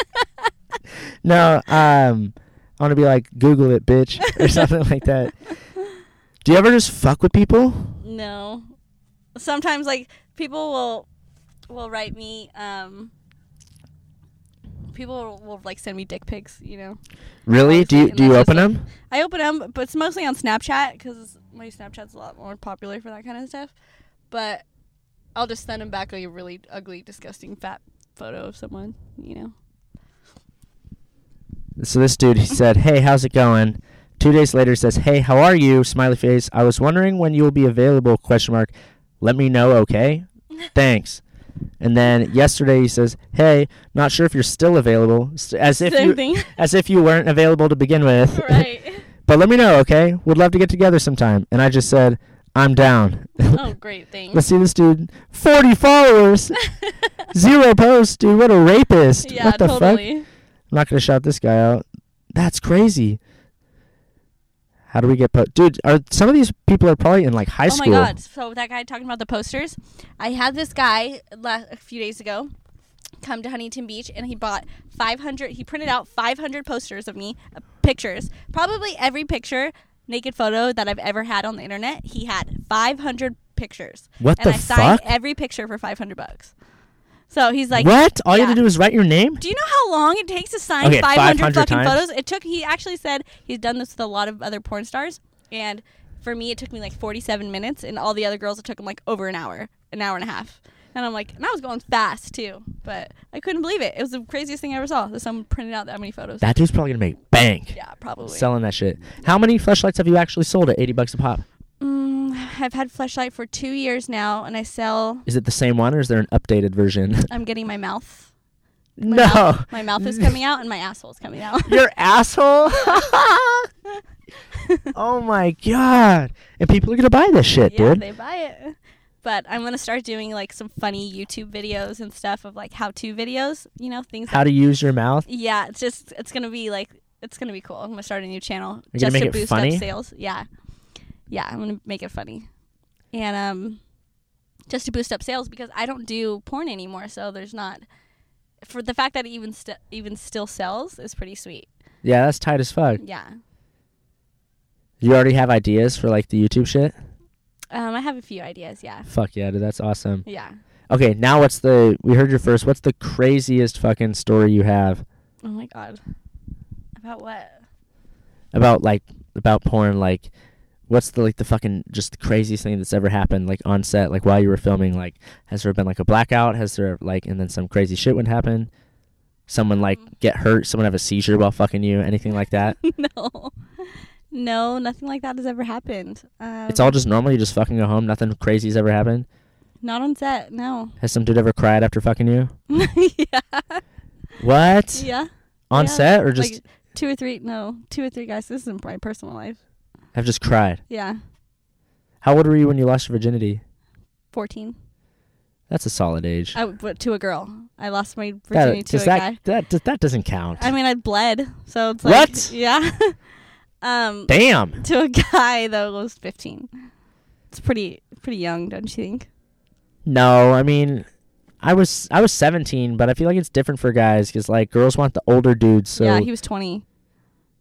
no. Um, I want to be like Google it, bitch, or something like that. Do you ever just fuck with people?
No. Sometimes like people will will write me um people will, will like send me dick pics, you know.
Really? Do you
Honestly,
do you
unless it's
open
like-
them?
I open them, but it's mostly on Snapchat cuz my Snapchat's a lot more popular for that kind of stuff. But I'll just send them back a really ugly, disgusting fat photo of someone, you know.
So this dude, he said, "Hey, how's it going?" Two days later, says, "Hey, how are you?" Smiley face. I was wondering when you will be available? Question mark. Let me know, okay? Thanks. And then yesterday, he says, "Hey, not sure if you're still available, s- as if
Same
you,
thing.
as if you weren't available to begin with."
right.
but let me know, okay? Would love to get together sometime. And I just said, "I'm down."
Oh, great thing.
Let's see this dude. Forty followers, zero posts, dude. What a rapist!
yeah,
what the fuck?
totally.
I'm not gonna shout this guy out. That's crazy. How do we get po- dude? Are some of these people are probably in like high
oh
school?
my god! So that guy talking about the posters, I had this guy la- a few days ago come to Huntington Beach, and he bought 500. He printed out 500 posters of me, uh, pictures, probably every picture, naked photo that I've ever had on the internet. He had 500 pictures,
What
and
the
I signed
fuck?
every picture for 500 bucks. So he's like,
what? All you
yeah.
have to do is write your name.
do you know how long it takes to sign
Okay,
500,
500
fucking
times.
photos? It took, he actually said he's done this with a lot of other porn stars. And for me, it took me like 47 minutes. And all the other girls, it took them like over an hour, an hour and a half. And I'm like, and I was going fast too. But I couldn't believe it. It was the craziest thing I ever saw that someone printed out that many photos.
That dude's probably gonna make bank
yeah, probably.
selling that shit. How many flashlights have you actually sold at eighty bucks a pop?
Mm, I've had flashlight for two years now, and I sell.
Is it the same one or is there an updated version?
I'm getting my mouth. My
no,
mouth- my mouth is coming out, and my asshole's coming out.
your asshole. oh my god! And people are gonna buy this shit,
yeah,
dude.
they buy it. But I'm gonna start doing like some funny YouTube videos and stuff of like how-to videos. You know, things.
How to use your mouth?
yeah, it's just it's gonna be like it's gonna be cool. I'm gonna start a new channel
You're gonna
just
make
to
it
boost
funny?
up sales. Yeah, yeah, I'm gonna make it funny, and um, just to boost up sales because I don't do porn anymore, so there's not. For the fact that it even st- even still sells is pretty sweet.
Yeah, that's tight as fuck.
Yeah,
You already have ideas for like the YouTube shit?
um, I have a few ideas. Yeah,
Fuck yeah, dude, that's awesome.
yeah.
Okay, now what's the we heard your first. What's the craziest fucking story you have
Oh my god, about what?
about like about porn? Like, what's the like the fucking just the craziest thing that's ever happened like on set? Like while you were filming? Like, has there been like a blackout? Has there like and then some crazy shit would happen? Someone like
Mm-hmm.
get hurt? Someone have a seizure while fucking you? Anything like that?
no, no, nothing like that has ever happened. Um,
it's all just normal. You just fucking go home. Nothing crazy's ever happened.
not on set. No.
Has some dude ever cried after fucking you?
yeah.
What
Yeah.
on
yeah.
set or just
like two or three? No, two or three guys. This is in my personal life.
have just cried?
Yeah,
How old were you when you lost your virginity?
fourteen.
That's a solid age.
I but to a girl. I lost my Uh, virginity to
does
a
that,
guy.
That, does- that doesn't count.
I mean, I bled, so it's like
What?
yeah. um,
Damn.
to a guy though was fifteen. It's pretty pretty young, don't you think?
No, I mean, I was I was 17, but I feel like it's different for guys because like girls want the older dudes. So
yeah,
yeah,
he was twenty.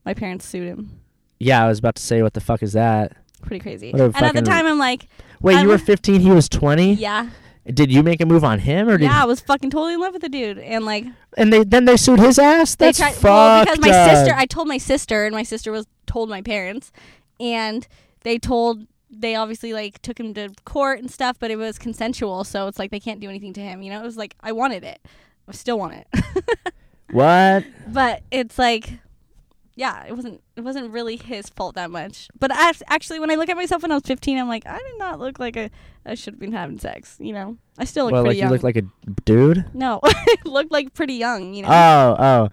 My parents sued him.
I was about to say, what the fuck is that?
Pretty crazy.
What a
And at the
fucking-
time, I'm like,
Wait,
I'm-
you were 15, he was 20.
Um, yeah,
Did you make a move on him or did?
yeah, I was fucking totally in love with the dude, and like
And they then they sued his ass.
they
That's
tried
fucked
well, because my
up.
sister. I told my sister, and my sister was told my parents, and they told they obviously like took him to court and stuff, but it was consensual, so it's like they can't do anything to him. You know, it was like I wanted it, I still want it,
What?
but it's like, yeah, it wasn't it wasn't really his fault that much. But I, actually, when I look at myself when I was 15, I'm like, I did not look like a I should have been having sex. You know, I still look
well, like
pretty young.
you look like a dude.
no, I looked like pretty young. You know,
Oh, oh,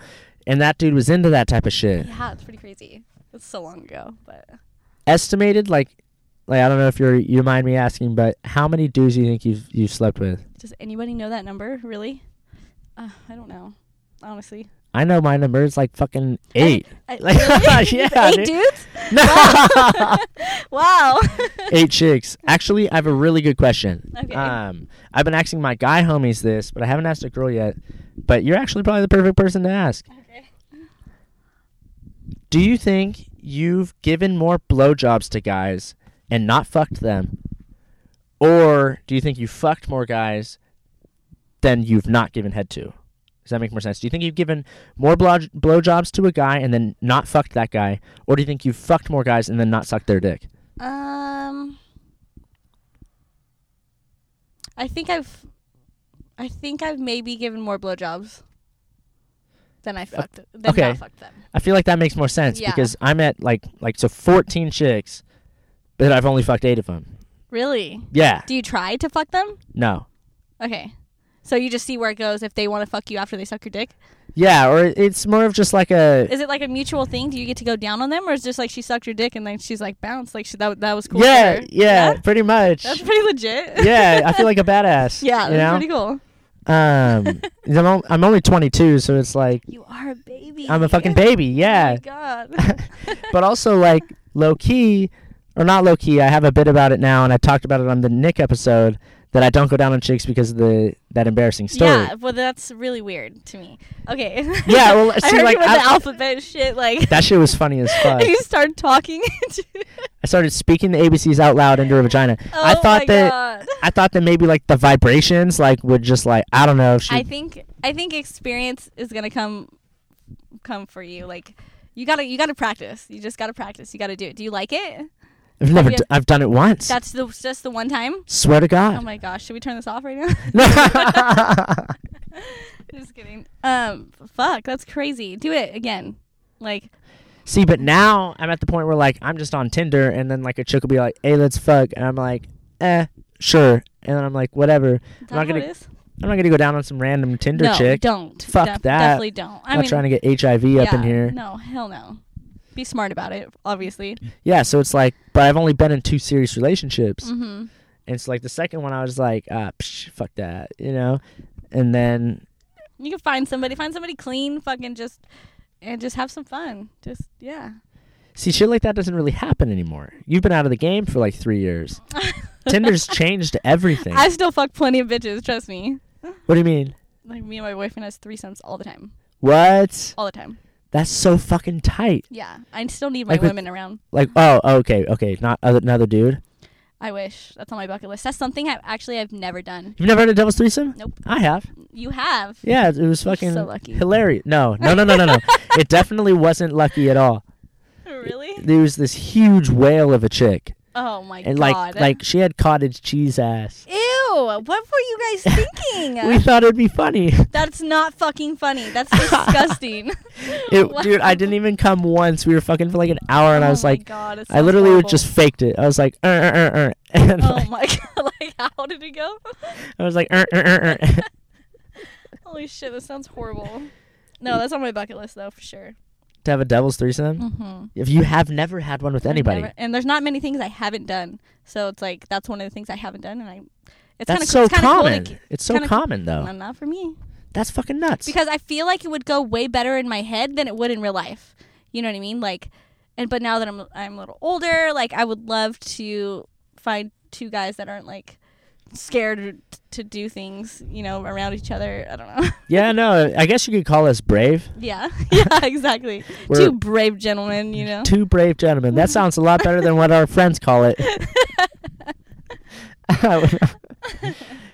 and that dude was into that type of shit.
yeah, it's pretty crazy. It's so long ago, but
Estimated like, like I don't know if you're you mind me asking, but how many dudes do you think you've you've slept with?
does anybody know that number really? Uh, I don't know, honestly.
I know my number is like fucking eight.
I,
Like,
really?
yeah,
eight
dude.
dudes.
No,
Wow.
eight chicks. Actually, I have a really good question.
Okay.
Um, I've been asking my guy homies this, but I haven't asked a girl yet. But you're actually probably the perfect person to ask.
okay.
Do you think you've given more blowjobs to guys and not fucked them? Or do you think you fucked more guys than you've not given head to? Does that make more sense? Do you think you've given more blow blowjobs to a guy and then not fucked that guy? Or do you think you've fucked more guys and then not sucked their dick?
Um, I think I've, I think I've maybe given more blowjobs than I fucked. Than
okay.
not fucked them.
I feel like that makes more sense
Yeah.
because I'm at like like so 14 chicks, but I've only fucked eight of them.
Really?
Yeah,
Do you try to fuck them?
no,
Okay. So you just see where it goes if they want to fuck you after they suck your dick.
yeah, or it's more of just like a
Is it like a mutual thing? Do you get to go down on them, or is it just like she sucked your dick and then she's like bounce, like she, that that was cool. for
yeah,
her?
yeah, pretty much.
That's pretty legit.
yeah, I feel like a badass.
yeah,
you
that's
know?
pretty cool.
um, I'm, on- I'm only 22, so it's like
You are a baby.
I'm a fucking baby. Yeah,
Oh my god.
but also like low key or not low key. I have a bit about it now, and I talked about it on the Nick episode that I don't go down on chicks because of the that embarrassing story.
Yeah, well, that's really weird to me. Okay.
Yeah, well,
I
see,
heard
like,
you with
I-
the alphabet shit. Like,
That shit was funny as fuck.
you started talking. to-
I started speaking the ABCs out loud into her vagina. I
Oh my
thought that
God.
I thought that maybe like the vibrations like would just like I don't know. if She,
I think I think experience is gonna come come for you. Like, you gotta you gotta practice. You just gotta practice. You gotta do it. Do you like it?
I've never
yeah.
d- I've done it once.
That's the just the one time.
Swear to
Oh
God.
my gosh, should we turn this off right now? Just kidding. Um, fuck, that's crazy. Do it again. Like,
See, but now I'm at the point where like I'm just on Tinder, and then like a chick will be like, "Hey, let's fuck," and I'm like, "Eh, sure," and then I'm like, "Whatever."
is
I'm
that
not
how
gonna
it is?
I'm not gonna go down on some random Tinder
No,
chick.
don't.
Fuck
Def-
that.
Definitely don't. I
I'm not
mean,
trying to get HIV up in
Yeah,
here.
No, hell no. Be smart about it, obviously.
Yeah, so it's like, but I've only been in two serious relationships.
Mm-hmm.
And so like the second one, I was like, ah, psh, fuck that, you know. And then
You can find somebody, find somebody clean, fucking just, and just have some fun. Just yeah.
see, shit like that doesn't really happen anymore. You've been out of the game for like three years. Tinder's changed everything.
I still fuck plenty of bitches. Trust me.
what do you mean?
Like me and my boyfriend has threesomes all the time,
What?
all the time.
That's so fucking tight.
Yeah, I still need my
Like with-
women around.
Like, oh, okay, okay, not other, another dude.
I wish that's on my bucket list. That's something I actually I've never done.
You've never heard of Devil's Threesome?
Nope.
I have.
You have.
Yeah, it was fucking
so lucky.
hilarious. No, no, no, no, no, no. it definitely wasn't lucky at all.
Really?
There was this huge whale of a chick,
Oh my
and like,
god.
like she had cottage cheese ass.
Ew! What were you guys thinking?
we thought it'd be funny.
That's not fucking funny. That's disgusting.
It,
Wow.
dude, I didn't even come once. We were fucking for like an hour, and I
Oh
was
my
like,
God, it
I
sounds
literally
horrible.
just faked it. I was like, er, er, er, er. and
Oh
like,
my god! Like, how did it go?
I was like, er, er, er, er.
Holy shit! That sounds horrible. No, that's on my bucket list though, for sure.
to have a devil's threesome.
Mm-hmm.
If you have never had one with anybody,
and there's not many things I haven't done, so it's like that's one of the things I haven't done, and I. It's
that's
kinda,
so
it's kinda
common.
Cool to,
it's so
kinda cool-
common though.
No, not for me.
That's fucking nuts.
because I feel like it would go way better in my head than it would in real life. You know what I mean? Like, and but now that I'm I'm a little older, like I would love to find two guys that aren't like scared or t- to do things, you know, around each other. I don't know.
yeah, no, I guess you could call us brave.
yeah, yeah, exactly.
We're
two brave gentlemen, you know.
two brave gentlemen. That sounds a lot better than what our friends call it.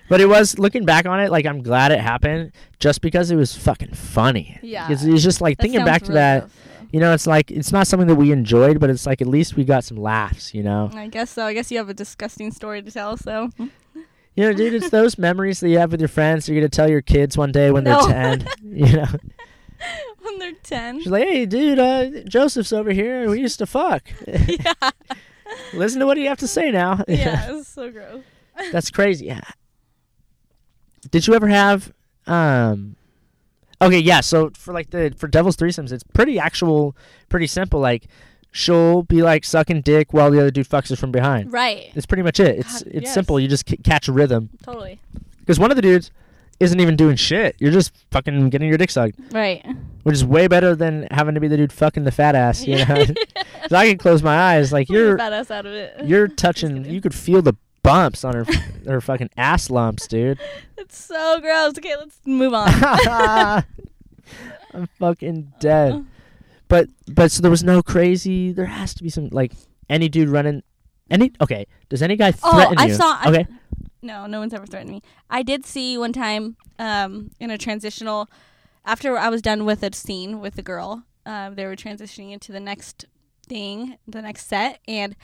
but it was looking back on it, like I'm glad it happened, just because it was fucking funny.
Yeah.
it's, it's just like
That
thinking
sounds
back to
really
that.
rough, though.
You know, it's like it's not something that we enjoyed, but it's like at least we got some laughs. You know.
I guess so. I guess you have a disgusting story to tell, so.
You know, dude, it's those memories that you have with your friends. You're gonna tell your kids one day when
No.
they're ten. You know,
when they're 10.
she's like, "Hey, dude, uh, Joseph's over here. We used to fuck.
yeah.
Listen to what you have to say now."
Yeah, it's so gross.
That's crazy. Yeah. Did you ever have um Okay, yeah, so for like the for Devil's Threesomes, it's pretty actual pretty simple. Like she'll be like sucking dick while the other dude fucks her from behind.
Right.
It's pretty much it. It's
God,
it's
yes.
simple. You just c- catch a rhythm
Totally.
because one of the dudes isn't even doing shit. You're just fucking getting your dick sucked,
Right.
which is way better than having to be the dude fucking the fat ass. You know,
Yeah.
'Cause I can close my eyes like you're
badass out of it.
you're touching. You could feel the bumps on her her fucking ass lumps, dude.
It's so gross. Okay, let's move on.
I'm fucking dead. But but so there was no crazy. There has to be some like any dude running. Any okay? Does any guy
Oh,
threaten
I
you?
saw- I-
okay,
No, no one's ever threatened me. I did see one time um, in a transitional, after I was done with a scene with a girl, um, they were transitioning into the next thing, the next set, and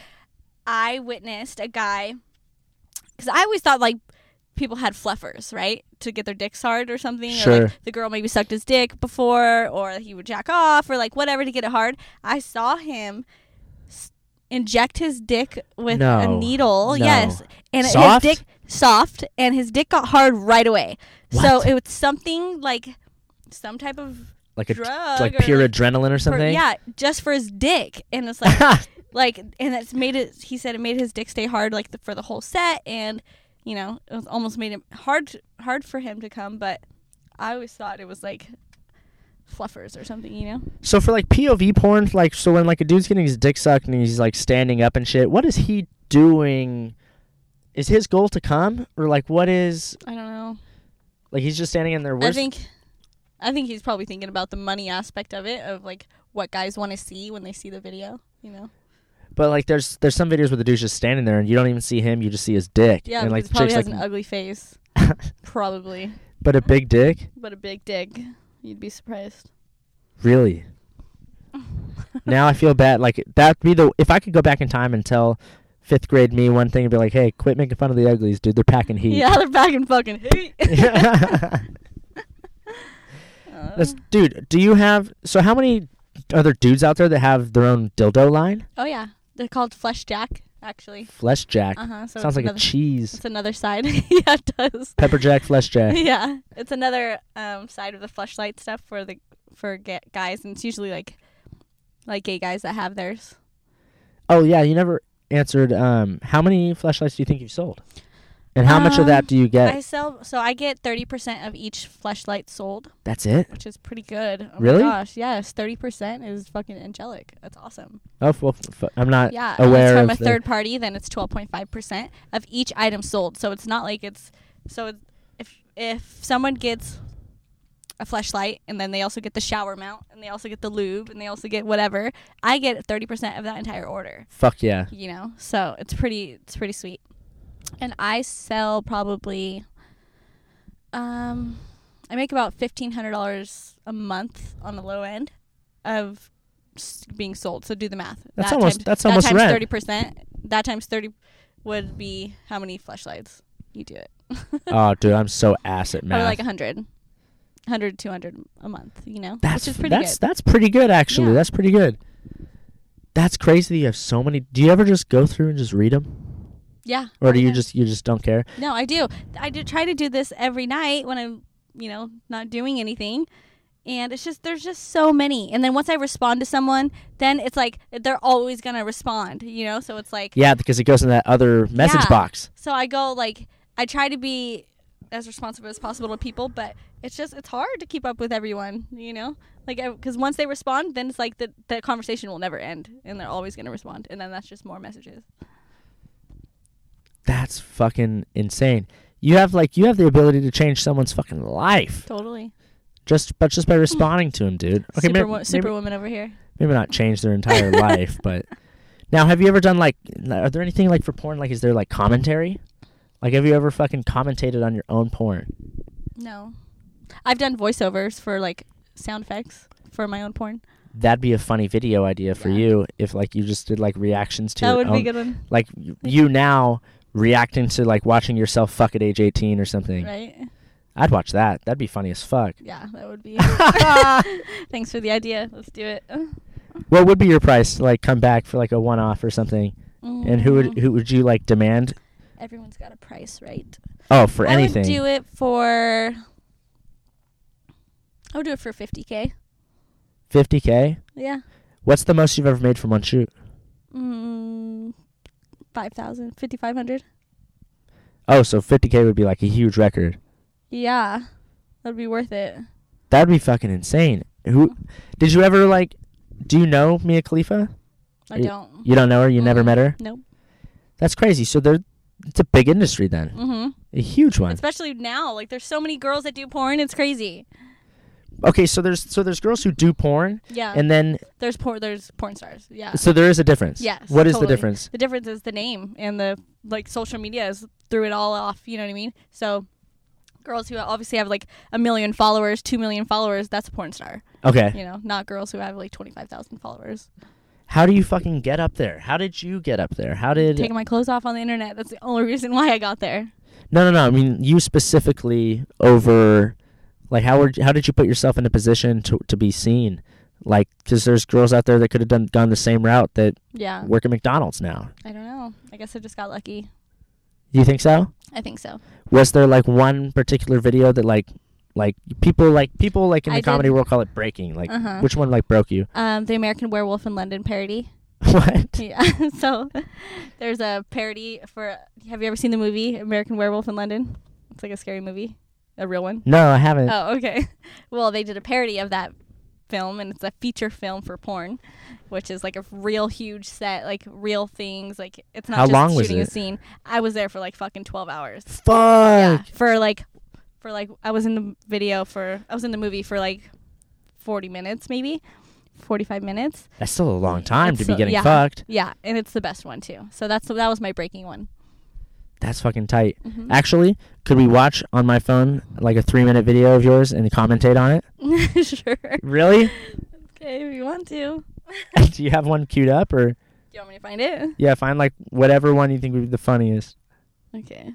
I witnessed a guy, because I always thought like people had fleffers, right, to get their dicks hard or something, or
Sure.
like the girl maybe sucked his dick before, or he would jack off, or like whatever to get it hard. I saw him. s- Inject his dick with a
No.
needle.
No.
Yes, and
Soft?
his dick soft and his dick got hard right away so
What?
it was something like some type of
like a
drug
like
or
pure
like
adrenaline or
per-
something.
yeah just for his dick and it's like like and it's made it he said it made his dick stay hard like the, for the whole set and you know it was almost made it hard hard for him to come but i always thought it was like fluffers or something you know
so for like POV porn, like so when like a dude's getting his dick sucked and he's like standing up and shit, what is he doing? Is his goal to come or like what is
i don't know
like he's just standing in there?
I
where's-
think I think he's probably thinking about the money aspect of it of like what guys want to see when they see the video, you know.
But like there's there's some videos where the dude's just standing there and you don't even see him, you just see his dick.
Yeah,
and
because
like
he
the chick's
probably has
like
an ugly face. probably.
but a big dick?
But a big dick. You'd be surprised.
Really? now I feel bad like that'd be the if I could go back in time and tell fifth grade me one thing and be like, Hey, quit making fun of the uglies, dude, they're packing heat.
Yeah, they're back in fucking heat. Uh,
That's, dude, do you have so how many other dudes out there that have their own dildo line?
oh yeah. They're called flesh jack, actually.
Flesh jack.
Uh huh. So
Sounds
it's
like
another,
a cheese.
it's another side. yeah, it does.
Pepper jack, flesh jack.
yeah. It's another um, side of the fleshlight stuff for the for ga- guys and it's usually like like gay guys that have theirs.
Oh yeah, you never answered. Um, how many flashlights do you think you've sold, and how much of
Um,
that do you get?
I sell so I get thirty percent of each flashlight sold,
That's it.
which is pretty good. Oh
Really?
My gosh, yes, thirty percent is fucking angelic. That's awesome.
Oh f- well, f- f- I'm not
Yeah, and
aware
it's from
of
a
the-
third party. Then it's twelve point five percent of each item sold. So it's not like it's so it- if if someone gets a flashlight and then they also get the shower mount and they also get the lube and they also get whatever, I get thirty percent of that entire order.
Fuck yeah.
you know so it's pretty it's pretty sweet and i sell probably um i make about $1500 a month on the low end of s- being sold so do the math
That's almost-
times,
that's
that
almost
times
rent.
30% that times 30 would be how many flashlights you do it
oh dude, I'm so ass at
probably
math.
like 100 100 200 a month you know
that's
which is pretty
that's
good
that's pretty good actually.
Yeah.
That's pretty good. That's crazy. That you have so many. Do you ever just go through and just read them,
yeah
or do
Oh,
you
yeah.
just you just don't care?
No, I do. I do try to do this every night when I'm, you know, not doing anything. And it's just there's just so many. And then once I respond to someone, then it's like they're always gonna respond, you know? So it's like
Yeah, because it goes in that other message
Yeah.
box.
so I go like I try to be as responsive as possible to people, but it's just it's hard to keep up with everyone, you know? Like because once they respond, then it's like the the conversation will never end, and they're always gonna respond, and then that's just more messages.
That's fucking insane. You have like you have the ability to change someone's fucking life
Totally,
just but just by responding to him, dude. Okay,
super
may- maybe,
superwoman over here.
maybe not change their entire life, but now have you ever done like n- are there anything like for porn like is there like commentary? Like have you ever fucking commentated on your own porn?
No. I've done voiceovers for like sound effects for my own porn.
that'd be a funny video idea for
Yeah.
you if like you just did like reactions to
that
your
would be
own-
a good one,
like y- you now reacting to like watching yourself fuck at age 18 or something.
right?
I'd watch that. That'd be funny as fuck.
Yeah, that would be. Thanks for the idea. Let's do it.
What would be your price to like come back for like a one off or something? And who would
Mm,
who would you like demand?
Everyone's got a price, right?
Oh, for
I
anything.
would do it for. I would do it for 50k.
50k?
Yeah.
What's the most you've ever made from one shoot?
Mm, 5,000, 5,500.
Oh, so 50k would be like a huge record.
Yeah. That'd be worth it.
That'd be fucking insane. Who Did you ever like do you know Mia Khalifa?
I
You-
don't.
You don't know her? You never
Mm.
met her?
Nope.
That's crazy. So they're it's a big industry then.
Mm-hmm.
A huge one.
Especially now, like there's so many girls that do porn. It's crazy.
Okay, so there's so there's girls who do porn
Yeah.
and then
there's porn. There's porn stars. Yeah.
so there is a difference.
Yes,
What is the
totally.
difference?
The difference is the name and the like. Social media is threw it all off. You know what I mean? So, girls who obviously have like a million followers, two million followers, that's a porn star.
Okay.
You know, not girls who have like twenty five thousand followers.
How do you fucking get up there? How did you get up there? How did
Taking my clothes off on the internet. That's the only reason why I got there.
No, no, no. I mean, you specifically over, like, how were how did you put yourself in a position to to be seen? Like, because there's girls out there that could have done gone the same route that
Yeah.
work at McDonald's now.
I don't know. I guess I just got lucky.
You think so?
I think so.
Was there like one particular video that like, like people like people like in the
I did-
comedy world call it breaking? Like,
Uh-huh.
which one like broke you?
Um, the American Werewolf in London parody.
what?
Yeah. so there's a parody for. Have you ever seen the movie American Werewolf in London? It's like a scary movie, a real one.
No, I haven't.
Oh, okay. Well, they did a parody of that film, and it's a feature film for porn, which is like a real huge set, like real things. Like it's not
How
just
long was
shooting
it?
a scene. I was there for like fucking twelve hours.
Fuck.
Yeah, for like, for like, I was in the video for, I was in the movie for like forty minutes, maybe forty-five minutes.
That's still a long time
It's
to be
so-
getting
yeah.
fucked.
Yeah, and it's the best one too. So that's that was my breaking one.
That's fucking tight. Actually, could we watch on my phone like a three minute video of yours and commentate on it?
sure.
Really?
Mm-hmm. Okay, if you want to.
Do you have one queued up or
Do you want me to find it?
yeah, find like whatever one you think would be the funniest.
Okay.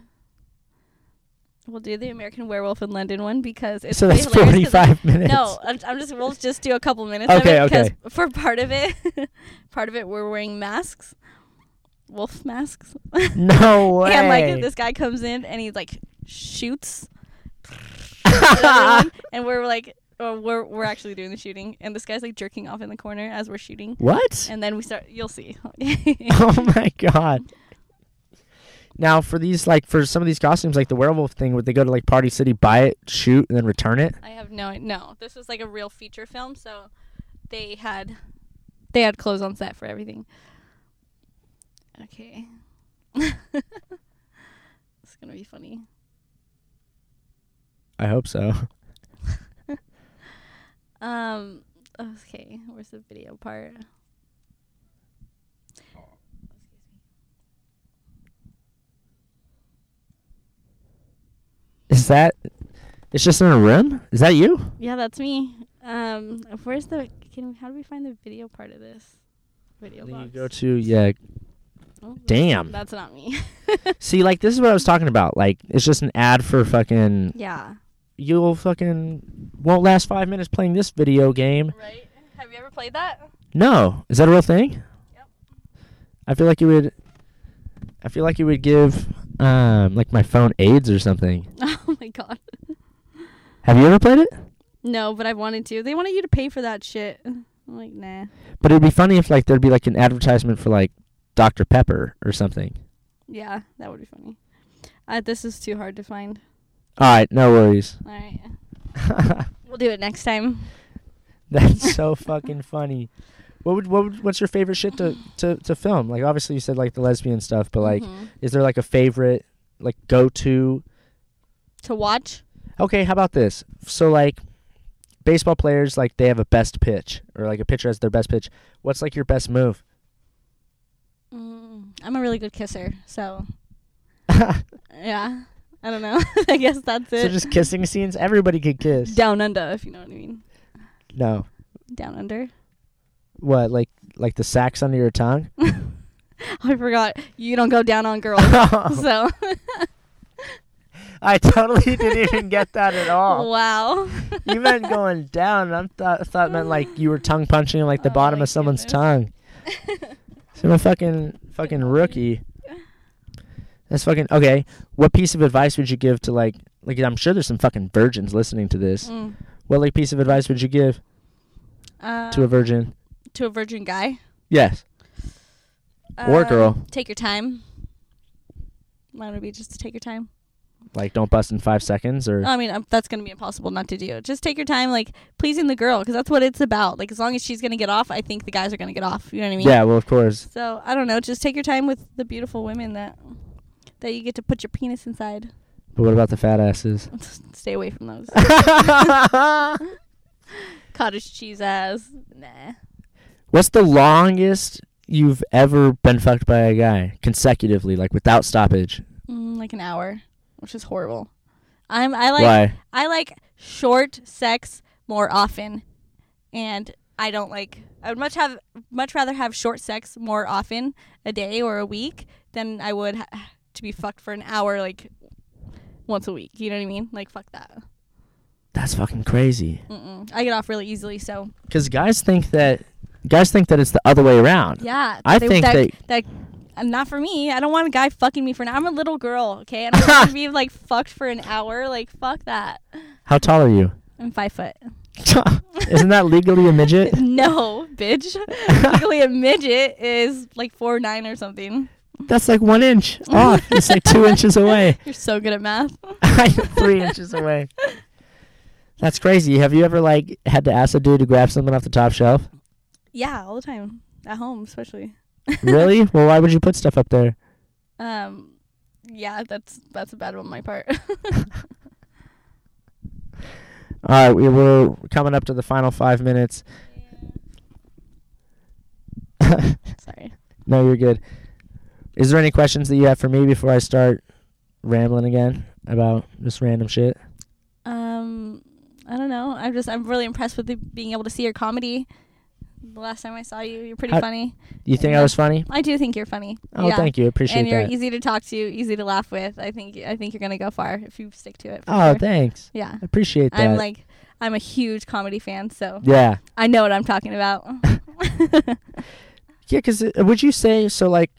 We'll do the American Werewolf in London one because it's
so that's
really
forty
hilarious 'cause
five
it-
minutes.
No, I'm, I'm just we'll just do a couple minutes.
Okay,
of it 'cause
okay.
For part of it, part of it we're wearing masks, wolf masks.
No way.
And like this guy comes in and he like shoots at everyone, and we're like oh, we're we're actually doing the shooting and this guy's like jerking off in the corner as we're shooting
What?
and then we start you'll see.
oh my god. Now for these like for some of these costumes like the werewolf thing would they go to like Party City buy it shoot and then return it?
I have no no. This was like a real feature film so they had they had clothes on set for everything. Okay. it's going to be funny.
I hope so.
Um. Okay. Where's the video part?
Is that? It's just in a room. Is that you?
Yeah, that's me. Um. Where's the? Can how do we find the video part of this? Video
Then you
box.
go to yeah.
Oh, that's-
Damn.
That's not me.
See, like this is what I was talking about. Like it's just an ad for fucking.
yeah.
You'll fucking won't last five minutes playing this video game.
Right. Have you ever played that?
No, is that a real thing?
Yep.
I feel like it would. I feel like it would give, um, like my phone AIDS or something.
Oh my god.
Have you ever played it?
No, but I wanted to. They wanted you to pay for that shit. I'm like, nah.
But it'd be funny if like there'd be like an advertisement for like Dr Pepper or something.
Yeah, that would be funny. Uh, this is too hard to find.
All right, no worries.
All right. We'll do it next time.
That's so fucking funny. What would what would, what's your favorite shit to, to to film? Like obviously you said like the lesbian stuff, but like
Mhm.
is there like a favorite like go to
to watch.
Okay, how about this? So like baseball players like they have a best pitch or like a pitcher has their best pitch. What's like your best move?
Mm, I'm a really good kisser, so yeah. I don't know. I guess that's it.
so just kissing scenes, everybody could kiss.
Down under, if you know what I mean.
no.
Down under.
What like like the sacks under your tongue?
I forgot you don't go down on girls. so
I totally didn't even get that at all.
wow.
You meant going down. I thought thought it meant like you were tongue punching like the
Oh
bottom
my
of someone's
goodness.
tongue. So I'm a fucking fucking rookie. That's fucking okay. What piece of advice would you give to like like I'm sure there's some fucking virgins listening to this.
Mm.
What like piece of advice would you give
Uh,
to a virgin?
to a virgin guy
Yes. Or
Um,
girl.
Take your time. Mine would be just to take your time.
Like don't bust in five seconds or
I mean, um, that's going to be impossible not to do. Just take your time, like pleasing the girl, because that's what it's about. Like as long as she's going to get off, I think the guys are going to get off. You know what I mean?
Yeah, well of course.
So I don't know. Just take your time with the beautiful women that that you get to put your penis inside.
But what about the fat asses?
Stay away from those cottage cheese ass. Nah.
What's the longest you've ever been fucked by a guy consecutively, like without stoppage?
Mm, like an hour, which is horrible. I'm I like
Why?
I like short sex more often, and I don't like. I would much have much rather have short sex more often a day or a week than I would ha- to be fucked for an hour like once a week. You know what I mean? Like fuck that.
That's fucking crazy.
Mm-mm. I get off really easily, so
Because guys think that guys think that it's the other way around.
yeah.
I think
that,
they-
that. uh, Not for me. I don't want a guy fucking me for an hour. I'm a little girl, okay? And I don't want to be like fucked for an hour. Like fuck that.
How tall are you?
I'm five foot.
Isn't that legally a midget?
No, bitch. Legally, a midget is like four nine or something.
That's like one inch off. It's like two inches away.
You're so good at math.
I'm three inches away. That's crazy. Have you ever like had to ask a dude to grab something off the top shelf?
Yeah, all the time at home, especially.
Really? well, why would you put stuff up there?
Um, yeah, that's that's a bad one on my part.
All right, we we're coming up to the final five minutes.
Sorry.
No, you're good. Is there any questions that you have for me before I start rambling again about this random shit?
Um, I don't know. I'm just I'm really impressed with the, being able to see your comedy. The last time I saw you, you're pretty
How-
funny.
You think I
Yeah.
was funny?
I do think you're funny.
Oh,
yeah.
thank you. Appreciate
And you're
that.
easy to talk to, easy to laugh with. I think I think you're gonna go far if you stick to it. for
oh,
sure.
thanks.
yeah.
Appreciate that.
I'm like I'm a huge comedy fan, so
yeah.
I know what I'm talking about.
Yeah, because would you say so? Like,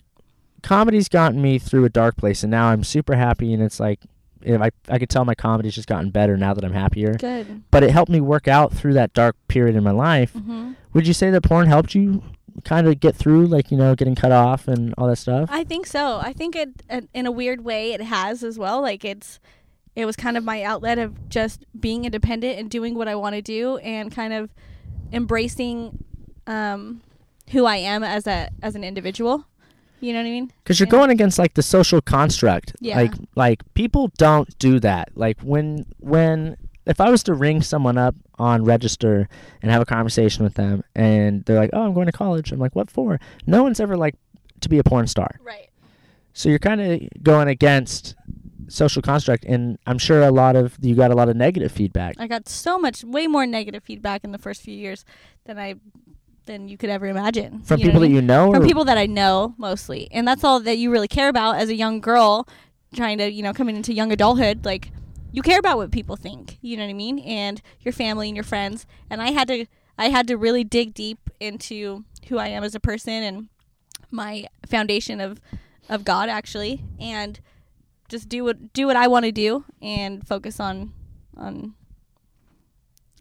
comedy's gotten me through a dark place, and now I'm super happy, and it's like, if I I could tell my comedy's just gotten better now that I'm happier.
Good.
But it helped me work out through that dark period in my life.
hmm
Would you say that porn helped you kind of get through, like you know, getting cut off and all that stuff?
I think so. I think it, it in a weird way it has as well. Like it's it was kind of my outlet of just being independent and doing what I want to do and kind of embracing um, who I am as a as an individual. You know what I mean?
because you're
Yeah.
going against like the social construct
Yeah.
like like people don't do that like when when if i was to ring someone up on register and have a conversation with them and they're like oh i'm going to college i'm like what for no one's ever like to be a porn star
Right.
so you're kind of going against social construct and i'm sure a lot of you got a lot of negative feedback
I got so much way more negative feedback in the first few years than I than you could ever imagine.
from
You know
people
what I
that
mean?
you know
from
or-
people that I know mostly, and that's all that you really care about as a young girl, trying to you know coming into young adulthood. Like you care about what people think, you know what I mean, and your family and your friends. And I had to I had to really dig deep into who I am as a person and my foundation of of God actually, and just do what do what I want to do and focus on on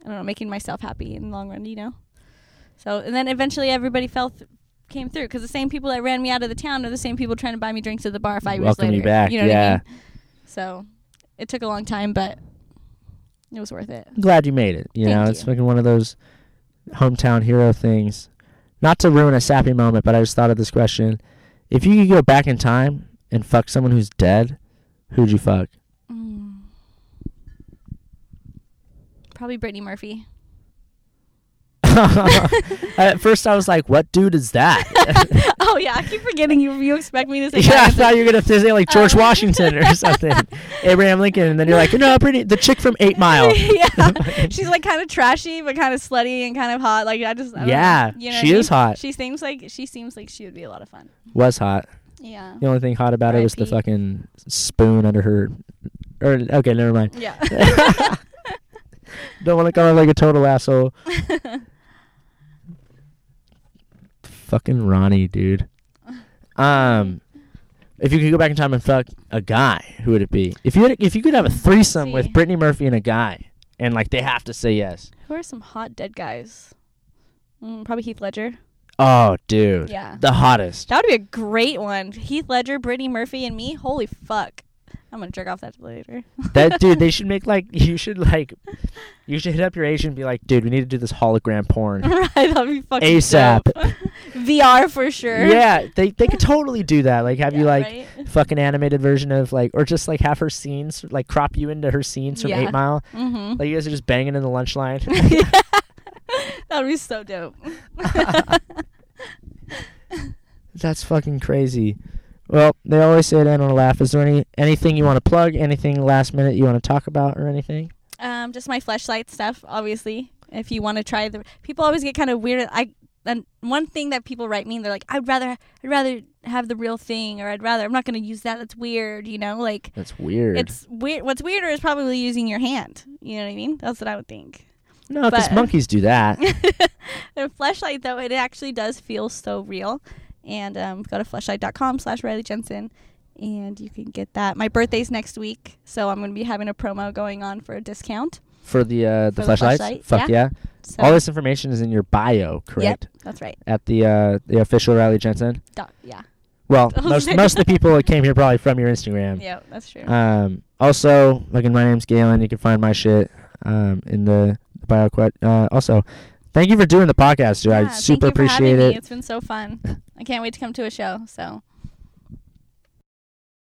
I don't know making myself happy in the long run, you know. So and then eventually everybody fell th- came through because the same people that ran me out of the town are the same people trying to buy me drinks at the bar five
Welcome
years
you
later.
back,
You know
yeah.
what I mean? So it took a long time, but it was worth it.
I'm glad you made it. You
Thank
know,
you.
it's fucking one of those hometown hero things. Not to ruin a sappy moment, but I just thought of this question. If you could go back in time and fuck someone who's dead, who'd you fuck?
Mm. Probably Brittany Murphy.
At first, I was like, "What dude is that?"
oh yeah, I keep forgetting you. You expect me to say
yeah, I
that.
thought you were gonna say like George
Um.
Washington or something, Abraham Lincoln, and then you're like, "No, pretty the chick from Eight Mile."
yeah, she's like kind of trashy, but kind of slutty and kind of hot. Like I just I don't know.
Yeah,
You know what
she
I
is
mean?
hot.
She seems like she seems like she would be a lot of fun.
Was hot.
Yeah,
The only thing hot about it was the
R.I.P..
fucking spoon under her. Or okay, never mind.
yeah.
Don't want to come off like a total asshole. Fucking Ronnie, dude. Um, if you could go back in time and fuck a guy, who would it be? If you had, if you could have a threesome with
see.
Brittany Murphy and a guy, and like they have to say yes.
Who are some hot dead guys? Mm, probably Heath Ledger.
Oh, dude,
Yeah.
the hottest.
That would be a great one. Heath Ledger, Brittany Murphy, and me. Holy fuck. I'm gonna jerk off that later.
That dude, they should make like you should like, you should hit up your agent and be like, dude, we need to do this hologram porn.
right, that'd be fucking
ASAP.
dope. VR for sure.
Yeah, they they could totally do that. Like have you
Yeah,
like
right?
fucking animated version of like or just like have her scenes like crop you into her scenes from
Yeah.
Eight Mile.
Mhm.
Like you guys are just banging in the lunch line.
that would be so dope.
That's fucking crazy. Well, they always say it end on a laugh. Is there any anything you want to plug? Anything last minute you want to talk about or anything?
Um, just my fleshlight stuff, obviously. If you want to try the people always get kind of weird. I and one thing that people write me, and they're like, I'd rather, I'd rather have the real thing, or I'd rather, I'm not gonna use that. That's weird, you know. Like
That's weird.
it's weird. What's weirder is probably using your hand. You know what I mean? That's what I would think.
no, because
but-
monkeys do that.
The flashlight though, it actually does feel so real. And um, go to fleshlight.com slash Riley Jensen and you can get that. My birthday's next week, so I'm gonna be having a promo going on for a discount.
For the uh, the
For the
flashlights.
fleshlight,
Fuck yeah.
So
All this information is in your bio, correct?
that's right.
At the uh, the official Riley Jensen.
Doc, yeah.
Well,
Don't
most
say
most of the
that.
people that came here probably from your Instagram.
Yeah, that's true.
Um, also, like, my name's Galen. You can find my shit um, in the bio. Quest. Uh, also, thank you for doing the podcast, dude.
Yeah,
I
thank
super
you for having
appreciate
me.
it.
It's been so fun. I can't wait to come to a show. So